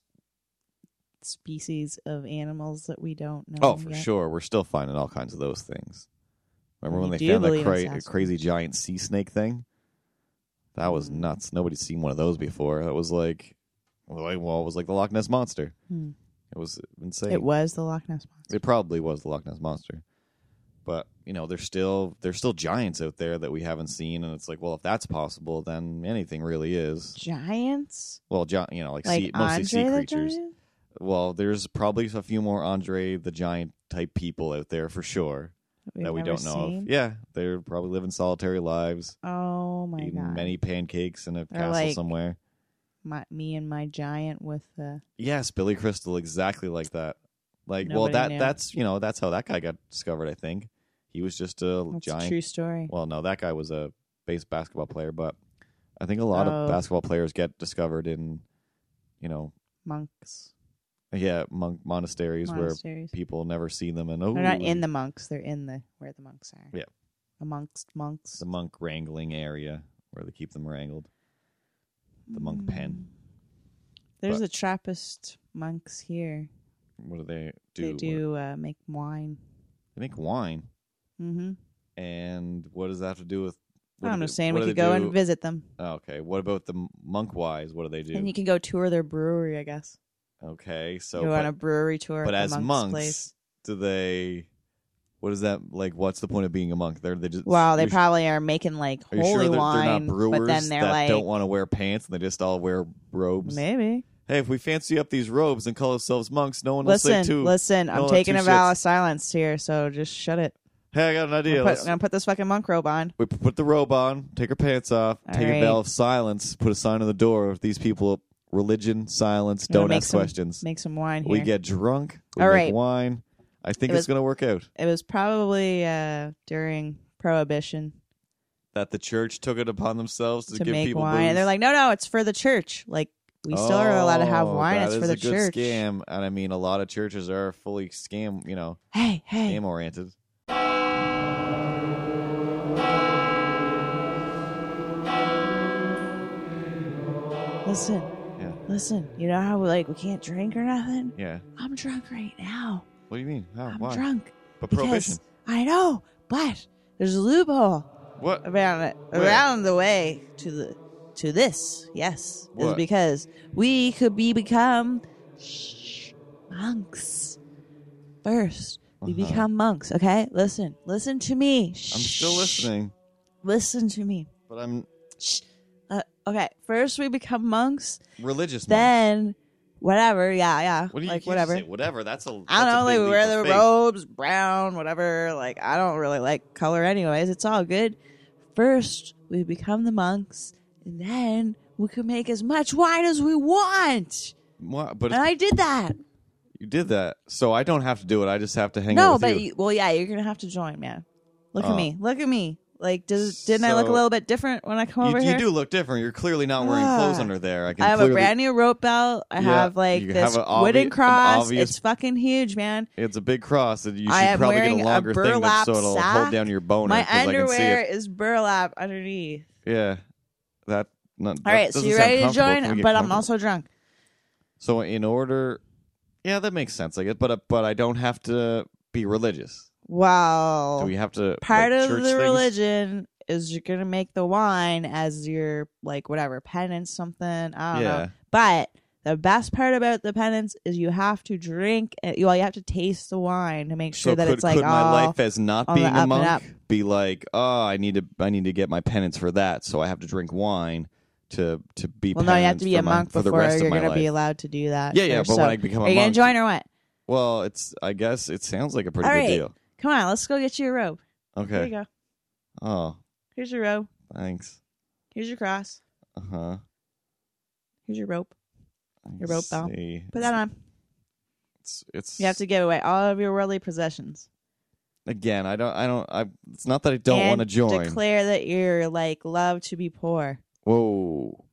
S3: species of animals that we don't know?
S2: oh, for
S3: yet?
S2: sure, we're still finding all kinds of those things. Remember
S3: Well,
S2: when
S3: you
S2: they
S3: do
S2: found that
S3: believe in
S2: cra-
S3: Sasquatch.
S2: crazy giant sea snake thing? That was
S3: Mm.
S2: nuts. Nobody's seen one of those before. That was like, well, it was like the Loch Ness monster.
S3: Hmm.
S2: It was insane.
S3: It was the Loch Ness monster.
S2: It probably was the Loch Ness monster. But you know, there's still there's still giants out there that we haven't seen, and it's like, well, if that's possible, then anything really is.
S3: Giants,
S2: Well, gi- you know, like,
S3: like
S2: sea, mostly
S3: Andre
S2: sea
S3: the
S2: creatures.
S3: Giant.
S2: Well, there's probably a few more Andre the Giant type people out there for sure
S3: we've
S2: that we
S3: never
S2: don't know
S3: seen?
S2: of. Yeah, they're probably living solitary lives,
S3: Oh my
S2: eating
S3: god!
S2: many pancakes in a castle
S3: like-
S2: somewhere.
S3: my, me and my giant with the
S2: Yes, Billy Crystal, exactly like that. Like, well,
S3: Nobody
S2: that
S3: knew.
S2: that's you know that's how that guy got discovered. I think he was just a
S3: that's a
S2: giant.
S3: true story.
S2: Well, no, that guy was a base basketball player, but I think a lot of
S3: Oh.
S2: basketball players get discovered in, you know,
S3: monks,
S2: yeah, monk monasteries,
S3: monasteries.
S2: where people never see them, and oh,
S3: They're not in the monks. They're in the where the monks are.
S2: Yeah.
S3: amongst monks.
S2: the monk wrangling area where they keep them wrangled. the monk pen.
S3: Hmm. There's
S2: But-
S3: the Trappist monks here.
S2: What do they do?
S3: they do uh, make wine.
S2: They make wine.
S3: Mm-hmm.
S2: And what does that have to do with? what
S3: I'm
S2: do
S3: just
S2: they-
S3: saying
S2: what
S3: we
S2: do
S3: could
S2: they
S3: go
S2: do-
S3: and visit them,
S2: Oh, okay. What about the monk wise? What do they do?
S3: and you can go tour their brewery. I guess
S2: okay, so
S3: go on
S2: but
S3: a brewery tour.
S2: but
S3: at the
S2: as
S3: monk's
S2: monks,
S3: place.
S2: do they? What is that like? What's the point of being a monk? They're they just
S3: wow, they
S2: you're-
S3: probably are making like
S2: Are you
S3: holy
S2: sure that
S3: wine,
S2: they're not brewers
S3: but then they're
S2: that
S3: like
S2: don't want to wear pants and they just all wear robes?
S3: maybe.
S2: Hey, if we fancy up these robes and call ourselves monks, no one will
S3: Listen,
S2: say two.
S3: listen,
S2: no,
S3: I'm
S2: not
S3: taking
S2: two
S3: a vow
S2: shits.
S3: of silence here, so just shut it.
S2: Hey, I got an
S3: I'm
S2: idea.
S3: gonna, put,
S2: Let's-
S3: I'm gonna put this fucking monk robe on.
S2: We put the robe on, take our pants off,
S3: All
S2: take a
S3: right.
S2: veil of silence, put a sign on the door of these people. Religion, silence,
S3: I'm gonna
S2: don't
S3: make
S2: ask
S3: some-
S2: questions.
S3: Make some wine here.
S2: We get drunk. We
S3: All
S2: make
S3: right.
S2: wine. I think
S3: It
S2: it's
S3: was-
S2: going to work out.
S3: it was probably uh, during Prohibition
S2: That the church took it upon themselves to,
S3: to
S2: give
S3: make
S2: people
S3: wine. And they're like, no, no, it's for the church. Like we still are allowed to have wine. It's for
S2: Oh,
S3: the
S2: a good
S3: church.
S2: Scam, and I mean, a lot of churches are fully scam, you know,
S3: Hey, hey,
S2: scam oriented.
S3: listen,
S2: Yeah.
S3: listen. You know how like we can't drink or nothing.
S2: Yeah.
S3: I'm drunk right now.
S2: What do you mean? How?
S3: I'm
S2: Why?
S3: drunk
S2: But prohibition.
S3: because I know, but there's a loophole
S2: What?
S3: around it,
S2: Where?
S3: around the way to the to this. Yes, is
S2: What?
S3: because we could be become sh- monks first. We
S2: Uh-huh.
S3: become monks. Okay, listen, listen to me.
S2: I'm still listening,
S3: Listen to me.
S2: but I'm
S3: Uh, okay, first we become monks,
S2: religious. monk.
S3: then whatever. Yeah, yeah.
S2: what do you you
S3: like
S2: just
S3: whatever.
S2: say Whatever. That's a.
S3: I
S2: that's
S3: don't
S2: a
S3: know, like
S2: big
S3: we
S2: leap
S3: wear
S2: of
S3: the
S2: faith.
S3: robes, brown, whatever. Like I don't really like color anyways. It's all good. First, we become the monks, and then we can make as much wine as we want.
S2: Why- But
S3: And I did that.
S2: you did that, so I don't have to do it. I just have to hang out
S3: No,
S2: with
S3: but
S2: you.
S3: you, well, yeah, you're gonna have to join, man. Look
S2: Oh.
S3: at me. Look at me. Like, does, didn't I look a
S2: So-
S3: little bit different when I come
S2: You,
S3: over
S2: you
S3: here?
S2: do look different. You're clearly not wearing
S3: Ah.
S2: clothes under there. I can.
S3: I have a
S2: clearly,
S3: brand new rope belt. I
S2: Yeah,
S3: have like
S2: you
S3: this
S2: have an obvi-
S3: wooden
S2: an
S3: cross.
S2: obvious-
S3: It's fucking huge, man.
S2: It's a big cross, and you should
S3: I am
S2: probably get a
S3: wearing a
S2: longer thing that
S3: burlap
S2: so it'll hold
S3: sack.
S2: down your boner
S3: My
S2: 'cause I can see
S3: underwear
S2: it.
S3: is burlap underneath.
S2: Yeah, that. Not,
S3: All right, so you ready to join? But I'm also drunk.
S2: So in order, yeah, that makes sense. I guess, but uh, but I don't have to be religious.
S3: Wow.
S2: Do we have to like,
S3: Part of
S2: church
S3: the
S2: things?
S3: religion is you're gonna make the wine as your like whatever penance something. I don't
S2: Yeah.
S3: know. But the best part about the penance is you have to drink. It. Well, you have to taste the wine to make sure
S2: so
S3: that
S2: could,
S3: it's like
S2: could my
S3: all-
S2: life as not
S3: on the
S2: being
S3: up
S2: a
S3: and
S2: monk
S3: up.
S2: be like oh i need to i need to get my penance for that so i have to drink wine to to be
S3: Well, no, you have
S2: penance
S3: to be
S2: for
S3: a
S2: my-
S3: monk
S2: for the
S3: before
S2: rest
S3: you're
S2: of my
S3: gonna
S2: life
S3: be allowed to do that.
S2: yeah yeah
S3: there.
S2: but
S3: So,
S2: when i become
S3: are
S2: a
S3: you gonna
S2: monk
S3: join or what?
S2: well it's i guess it sounds like a pretty
S3: All
S2: good
S3: right.
S2: deal
S3: Come on, let's go get you a robe. Here you
S2: okay
S3: go.
S2: oh
S3: Here's your robe.
S2: thanks
S3: Here's your cross.
S2: uh-huh
S3: Here's your rope.
S2: I
S3: Your rope bell.
S2: see.
S3: Put that on.
S2: it's, it's
S3: You have to give away all of your worldly possessions.
S2: again i don't i don't i it's not that i don't
S3: And
S2: want to join
S3: Declare that you're like love to be poor.
S2: whoa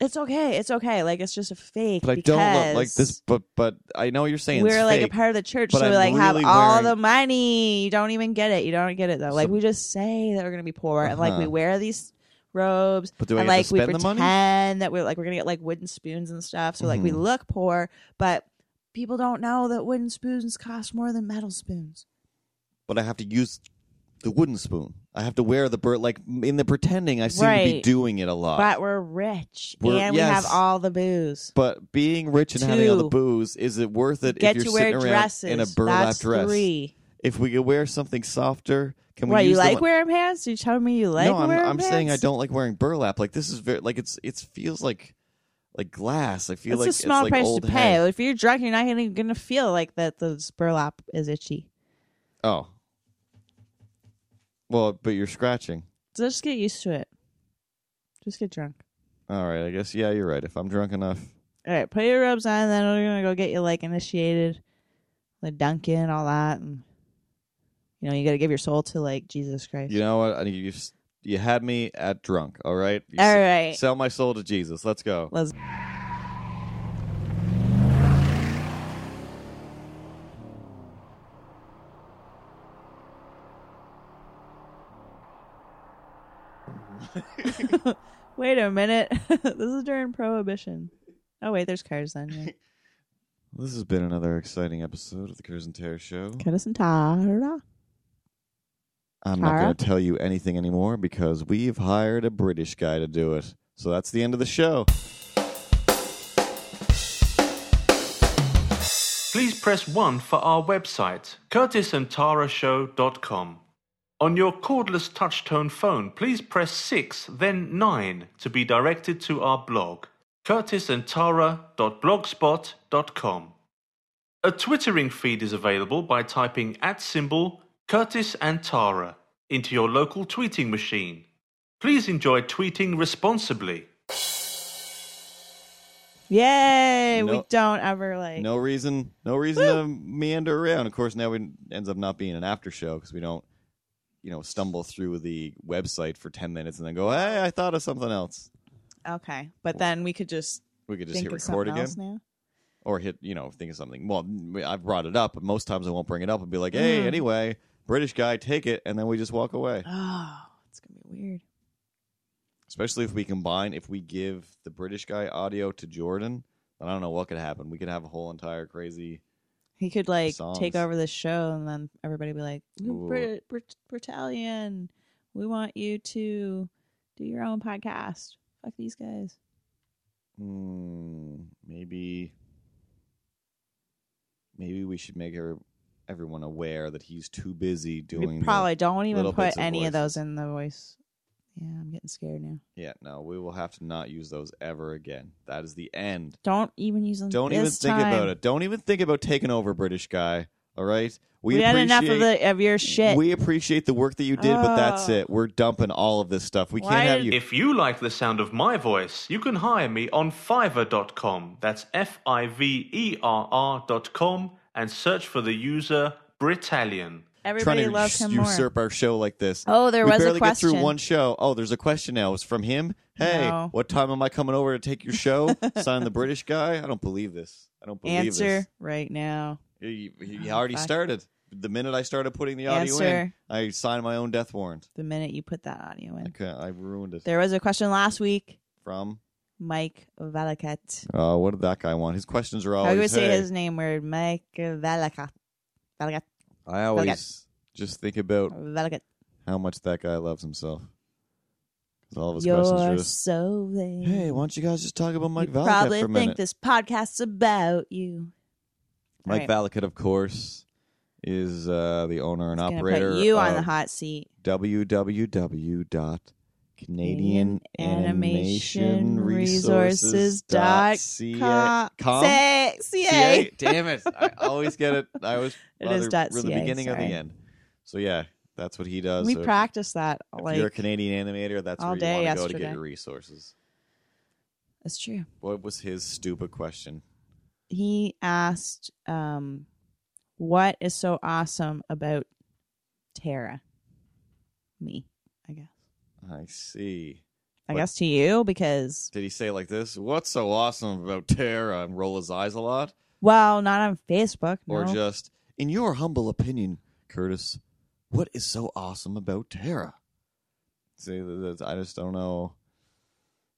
S3: It's okay. It's okay. Like it's just a fake.
S2: but i
S3: because
S2: don't look like this but but i know you're saying
S3: We're
S2: it's
S3: like
S2: fake.
S3: a part of the church,
S2: but
S3: so we
S2: I'm
S3: like have
S2: really
S3: all
S2: wearing-
S3: the money. You don't even get it. You don't get it though. Like
S2: So-
S3: we just say that we're gonna be poor, and like
S2: Uh-huh.
S3: we wear these robes,
S2: but do i
S3: and
S2: have
S3: like
S2: to
S3: we
S2: spend the
S3: pretend
S2: money
S3: that we're like we're gonna get like wooden spoons and stuff. So like we
S2: Mhm.
S3: look poor, but people don't know that wooden spoons cost more than metal spoons.
S2: but I have to use the wooden spoon. I have to wear the bird like in the pretending. I seem to be
S3: Right.
S2: doing it a lot.
S3: but we're rich,
S2: Uh, We're-
S3: and we
S2: yes.
S3: have all the booze.
S2: But being rich and having all the
S3: Two.
S2: booze, is it worth it
S3: Get
S2: if
S3: to
S2: you're
S3: wear
S2: sitting around
S3: dresses.
S2: in a burlap
S3: That's
S2: dress?
S3: Three.
S2: If we could wear something softer, can we
S3: What
S2: use
S3: you
S2: the
S3: like
S2: one-
S3: wearing pants? You telling me you like
S2: no, I'm,
S3: wearing
S2: I'm
S3: pants?
S2: saying I don't like wearing burlap. Like this is very like it's it feels like like glass. I feel
S3: It's
S2: like
S3: a small
S2: it's like
S3: price
S2: old
S3: to pay.
S2: hay.
S3: If you're drunk, you're not gonna, gonna feel like that the burlap is itchy.
S2: Oh, well, but you're scratching.
S3: So just get used to it. Just get drunk.
S2: All right, I guess yeah, you're right. If I'm drunk enough,
S3: All right, put your robes on. Then we're gonna go get you like initiated, the Duncan, all that, and you know you gotta give your soul to like Jesus Christ.
S2: you know what? I- You you had me at drunk. All right, You
S3: All
S2: s-
S3: right.
S2: Sell my soul to Jesus. Let's go.
S3: Let's. *laughs* wait a minute. *laughs* this is during Prohibition. Oh wait, there's cars then. Yeah.
S2: *laughs* This has been another exciting episode of the Curse and Terror Show.
S3: Cut us and Tara.
S2: I'm not going
S3: Tara?
S2: to tell you anything anymore because we've hired a British guy to do it. So that's the end of the show.
S1: Please press 1 for our website, curtisandtarashow.com. On your cordless touchtone phone, please press 6, then 9 to be directed to our blog, curtisandtara.blogspot.com. A twittering feed is available by typing at symbol Curtis and Tara into your local tweeting machine. Please enjoy tweeting responsibly.
S3: Yay! We
S2: No-
S3: don't ever like.
S2: No reason, no reason to meander around. Of course, now it ends up not being an after show because we don't, you know, stumble through the website for ten minutes and then go, "Hey, I thought of something else."
S3: Okay, but then we could just
S2: We could just
S3: think
S2: hit
S3: of
S2: record
S3: something
S2: again,
S3: else now.
S2: or hit, you know, think of something. Well, I've brought it up, but most times I won't bring it up and be like, "Hey,
S3: Mm.
S2: anyway, British guy, take it," and then we just walk away.
S3: Oh, it's gonna be weird.
S2: Especially if we combine, if we give the British guy audio to Jordan, then I don't know what could happen. We could have a whole entire crazy.
S3: He could like
S2: Songs.
S3: take over the show, and then everybody be like,
S2: Ooh.
S3: "Ooh, Brit- Brit- "Britalian, we want you to do your own podcast." Fuck these guys.
S2: Hmm, maybe, maybe we should make her, everyone aware that he's too busy doing.
S3: We
S2: the-
S3: probably don't even
S2: little
S3: put
S2: bits of
S3: any
S2: voices.
S3: of those in the voice. Yeah, I'm getting scared now.
S2: yeah, no, we will have to not use those ever again. That is the end.
S3: Don't even use them.
S2: Don't even
S3: this
S2: think
S3: time.
S2: about it. Don't even think about taking over, British guy. All right,
S3: We, had enough of
S2: appreciate-
S3: the of your shit.
S2: We appreciate the work that you did, but that's
S3: Oh.
S2: it. We're dumping all of this stuff. We
S3: Why
S2: can't have
S3: did-
S2: you.
S1: If you like the sound of my voice, you can hire me on fiverr.com. That's F I V E R R.com and search for the user Britalian.
S3: Everybody
S2: trying to
S3: loves him
S2: us- usurp our show like this.
S3: Oh, there
S2: we
S3: was a
S2: barely get
S3: question.
S2: through one show. Oh, there's a question now. It's from him. Hey,
S3: No.
S2: what time am I coming over to take your
S3: *laughs*
S2: show? Sign the British guy. I don't believe this. I don't
S3: more.
S2: believe
S3: Answer right now.
S2: this. He, he- he
S3: Oh,
S2: already
S3: fuck.
S2: started. The minute I started putting the audio in,
S3: Answer.
S2: I signed my own death warrant.
S3: The minute you put that audio in,
S2: Okay, I ruined it.
S3: there was a question last week.
S2: From
S3: Mike Valakat.
S2: uh, what did that guy want? His questions are
S3: How
S2: always.
S3: do we say
S2: Oh, hey,
S3: his name? Word Mike Valakat. Valakat.
S2: I always just think about
S3: Valakat.
S2: how much that guy loves himself. 'Cause All of his questions are
S3: You're
S2: just,
S3: so vain.
S2: hey, why don't you guys just talk about Mike
S3: you
S2: Valakat
S3: probably
S2: for a
S3: think
S2: minute?
S3: this podcast's about you.
S2: Mike
S3: All right.
S2: Valakat, of course, is uh, the owner and
S3: Gonna
S2: operator
S3: put you on the
S2: of
S3: hot seat.
S2: www.canadiananimationresources.ca. com?
S3: Ca- CA.
S2: Damn it. I always get it. I always
S3: *laughs* It
S2: bother
S3: is dot
S2: from the
S3: CA,
S2: beginning or
S3: sorry.
S2: the end. So, yeah, that's what he does.
S3: We
S2: So if-
S3: practice that
S2: If
S3: like
S2: you're a Canadian animator, that's
S3: all
S2: where you
S3: day
S2: want to go to get
S3: yesterday.
S2: your resources.
S3: That's true.
S2: What was his stupid question?
S3: He asked, um, "What is so awesome about Tara?" Me, I guess.
S2: I see.
S3: I
S2: What-
S3: guess to you because
S2: Did he say it like this? What's so awesome about Tara? And roll his eyes a lot?
S3: well, not on Facebook.
S2: Or
S3: no.
S2: just, in your humble opinion, Curtis, what is so awesome about Terra? See, th- that's- I just don't know.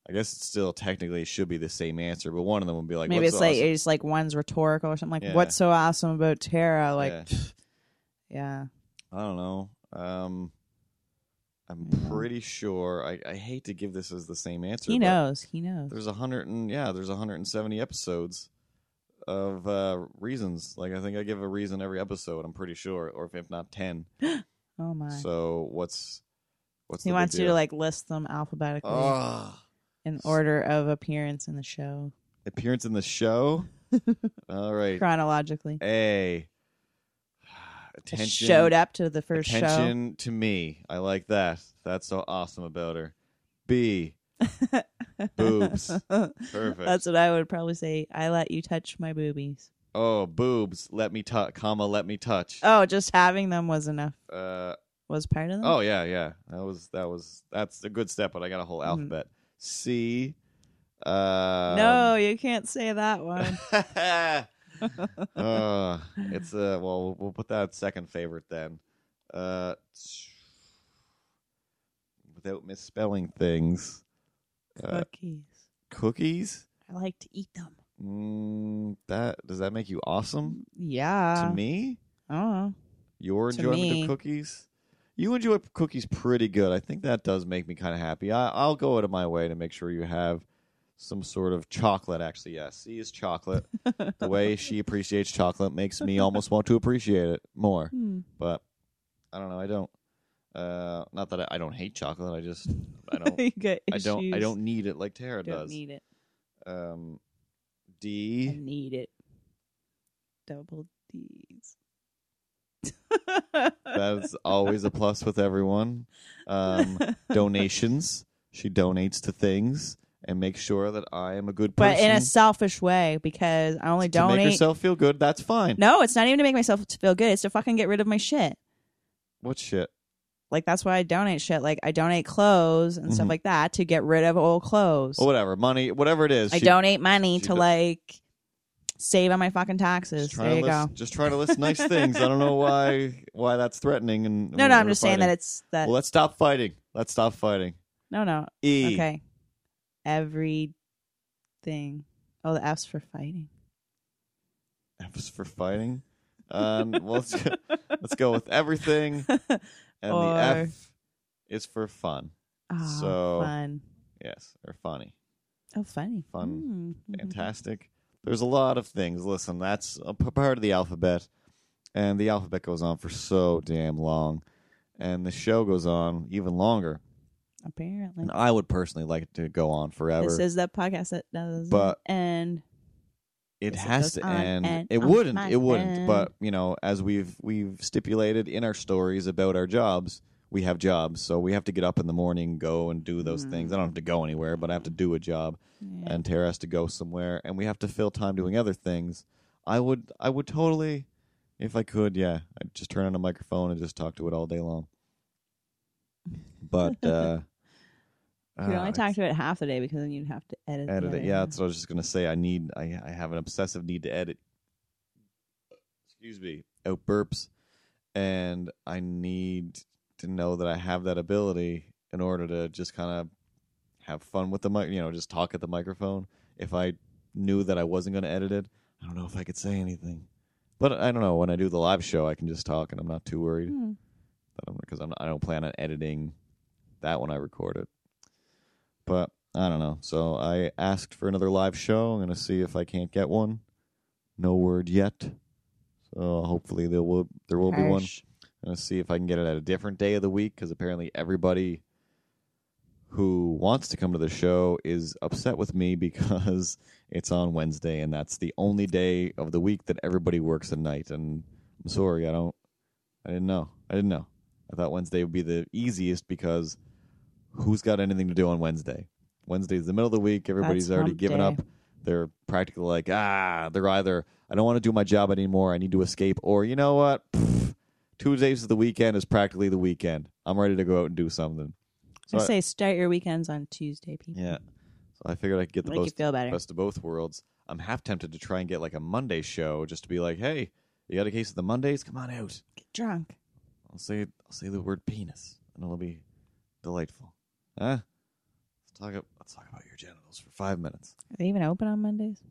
S2: I guess it still technically should be the same answer, but one of them would be like,
S3: maybe
S2: What's
S3: it's like
S2: awesome?
S3: it's like one's rhetorical or something like,
S2: Yeah.
S3: "What's so awesome about Tara?" Like,
S2: Yeah.
S3: yeah.
S2: I don't know. Um, I'm
S3: I know.
S2: pretty sure. I, I hate to give this as the same answer.
S3: He
S2: but
S3: knows. He knows.
S2: There's a hundred and yeah, there's 170 episodes of uh, reasons. Like I think I give a reason every episode. I'm pretty sure, or if, if not ten.
S3: Oh my.
S2: So what's what's
S3: he
S2: the
S3: wants
S2: big
S3: you to
S2: deal?
S3: like list them alphabetically
S2: Ah,
S3: in order of appearance in the show
S2: appearance in the
S3: *laughs*
S2: show. All right,
S3: chronologically.
S2: a attention
S3: Just Showed up to the first show.
S2: attention to me. I like that. That's so awesome about her.
S3: *laughs*
S2: B boobs. Perfect.
S3: That's what I would probably say. I let you touch my boobies.
S2: oh boobs. Let me touch. Comma. Let me touch.
S3: Oh, just having them was enough.
S2: Uh,
S3: Was part of them.
S2: oh yeah, yeah. That was that was that's a good step, but I got a whole
S3: Mhm.
S2: alphabet. C. Uh,
S3: no, you can't say that one.
S2: uh, it's uh well we'll- we'll put that at second favorite then. Uh without misspelling things. *laughs* Uh,
S3: Cookies.
S2: cookies?
S3: I like to eat them.
S2: Mm, that does that make you awesome
S3: Yeah.
S2: to me?
S3: Oh,
S2: Your
S3: to
S2: enjoyment
S3: me.
S2: of cookies? You enjoy p- cookies pretty good. I think that does make me kind of happy. I, I'll go out of my way to make sure you have some sort of chocolate. Actually, yes, C is chocolate. the
S3: *laughs*
S2: way she appreciates chocolate makes me almost want to appreciate it more.
S3: Hmm.
S2: But I don't know. I don't. Uh, not that I, I don't hate chocolate. I just I don't.
S3: *laughs* You got
S2: I don't. I
S3: issues.
S2: don't need it like Tara
S3: Don't
S2: does.
S3: need it.
S2: um,
S3: I
S2: D.
S3: need it. Double D's. *laughs*
S2: That's always a plus with everyone. Um, donations. She donates to things and makes sure that I am a good person.
S3: but in a selfish way because I only
S2: to make
S3: donate.
S2: yourself feel good. That's fine.
S3: No, it's not even to make myself to feel good. It's to fucking get rid of my shit.
S2: What shit?
S3: Like that's why I donate shit. Like I donate clothes and
S2: Mhm.
S3: stuff like that to get rid of old clothes.
S2: Or whatever. Money. Whatever it is.
S3: I
S2: she-
S3: donate money
S2: she
S3: to
S2: do-
S3: like save on my fucking
S2: Just
S3: taxes.
S2: trying
S3: There you
S2: to list,
S3: go.
S2: Just trying to list nice things. I don't know why *laughs* why that's threatening. And
S3: No, no, I'm just saying that it's uh, that.
S2: Well, let's stop fighting. Let's stop fighting.
S3: no, no.
S2: E.
S3: Okay. Everything. Oh, the F's for fighting.
S2: *laughs*
S3: *laughs*
S2: F is for fighting. Um, well, let's, let's go *laughs* with everything. And
S3: Or-
S2: the F is for fun.
S3: Oh,
S2: So-
S3: fun.
S2: Yes, or funny.
S3: Oh, funny.
S2: Fun.
S3: Mm, mhm.
S2: Fantastic. There's a lot of things. Listen, that's a p- part of the alphabet. And the alphabet goes on for so damn long. And the show goes on even longer.
S3: Apparently.
S2: And I would personally like it to go on forever.
S3: This is the podcast that does
S2: But-
S3: and
S2: it
S3: Yes, it
S2: has
S3: goes
S2: to
S3: on
S2: end.
S3: and
S2: it
S3: on
S2: wouldn't.
S3: and
S2: It wouldn't.
S3: on.
S2: But you know, as we've we've stipulated in our stories about our jobs, we have jobs, so we have to get up in the morning, go and do those
S3: Mm.
S2: things. I don't have to go anywhere, but I have to do a job, and Tara has to go somewhere, and we have to fill time doing other things. I would, I would totally, if I could, yeah, I'd just turn on a microphone and just talk to it all day long. But
S3: *laughs*
S2: uh,
S3: you can
S2: uh,
S3: only talk to it half the day because then you'd have to edit. the
S2: edit it.
S3: other
S2: Yeah,
S3: half.
S2: that's what I was just gonna say. I need. I, I have an obsessive need to edit. Excuse me. Out burps, and I need to know that I have that ability in order to just kind of have fun with the mic. You know, just talk at the microphone. If I knew that I wasn't gonna edit it, I don't know if I could say anything. But I don't know. When I do the live show, I can just talk, and I'm not too worried
S3: Hmm.
S2: because I'm I don't plan on editing that when I record it. But I don't know. So I asked for another live show. I'm gonna see if I can't get one. No word yet. So hopefully there will there will be one.
S3: Harsh.
S2: I'm gonna see if I can get it at a different day of the week because apparently everybody who wants to come to the show is upset with me *laughs* because it's on Wednesday and that's the only day of the week that everybody works at night. And I'm sorry, I don't, I didn't know, I didn't know. I thought Wednesday would be the easiest because who's got anything to do on Wednesday? Wednesday's the middle of the week. Everybody's
S3: That's
S2: already
S3: hump
S2: given
S3: day.
S2: up. They're practically like, ah, they're either I don't want to do my job anymore. I need to escape, or you know what? Pfft, Tuesdays of the weekend is practically the weekend. I'm ready to go out and do something. So
S3: I
S2: I-
S3: say start your weekends on Tuesday, people.
S2: Yeah. So I figured I could get the
S3: Make you
S2: most,
S3: feel better.
S2: best of both worlds. I'm half tempted to try and get like a Monday show just to be like, hey, you got a case of the Mondays? Come on out.
S3: Get drunk.
S2: I'll say I'll say the word penis and it'll be delightful. Huh? Let's talk ab- let's talk about your genitals for five minutes.
S3: Are they even open on Mondays?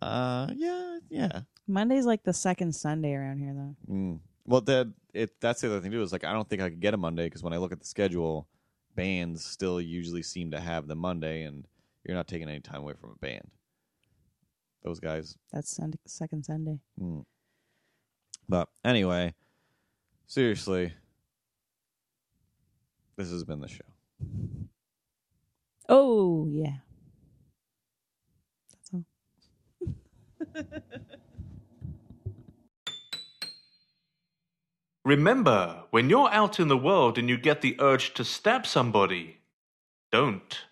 S2: Uh yeah, yeah.
S3: Monday's like the second Sunday around here, though.
S2: Mm. Well, that it that's the other thing too is like I don't think I could get a Monday because when I look at the schedule, bands still usually seem to have the Monday, and you're not taking any time away from a band. Those guys.
S3: That's Sunday, second Sunday.
S2: Mm. But anyway, seriously, this has been the show.
S3: Oh yeah. That's all.
S1: Remember, when you're out in the world and you get the urge to stab somebody, don't.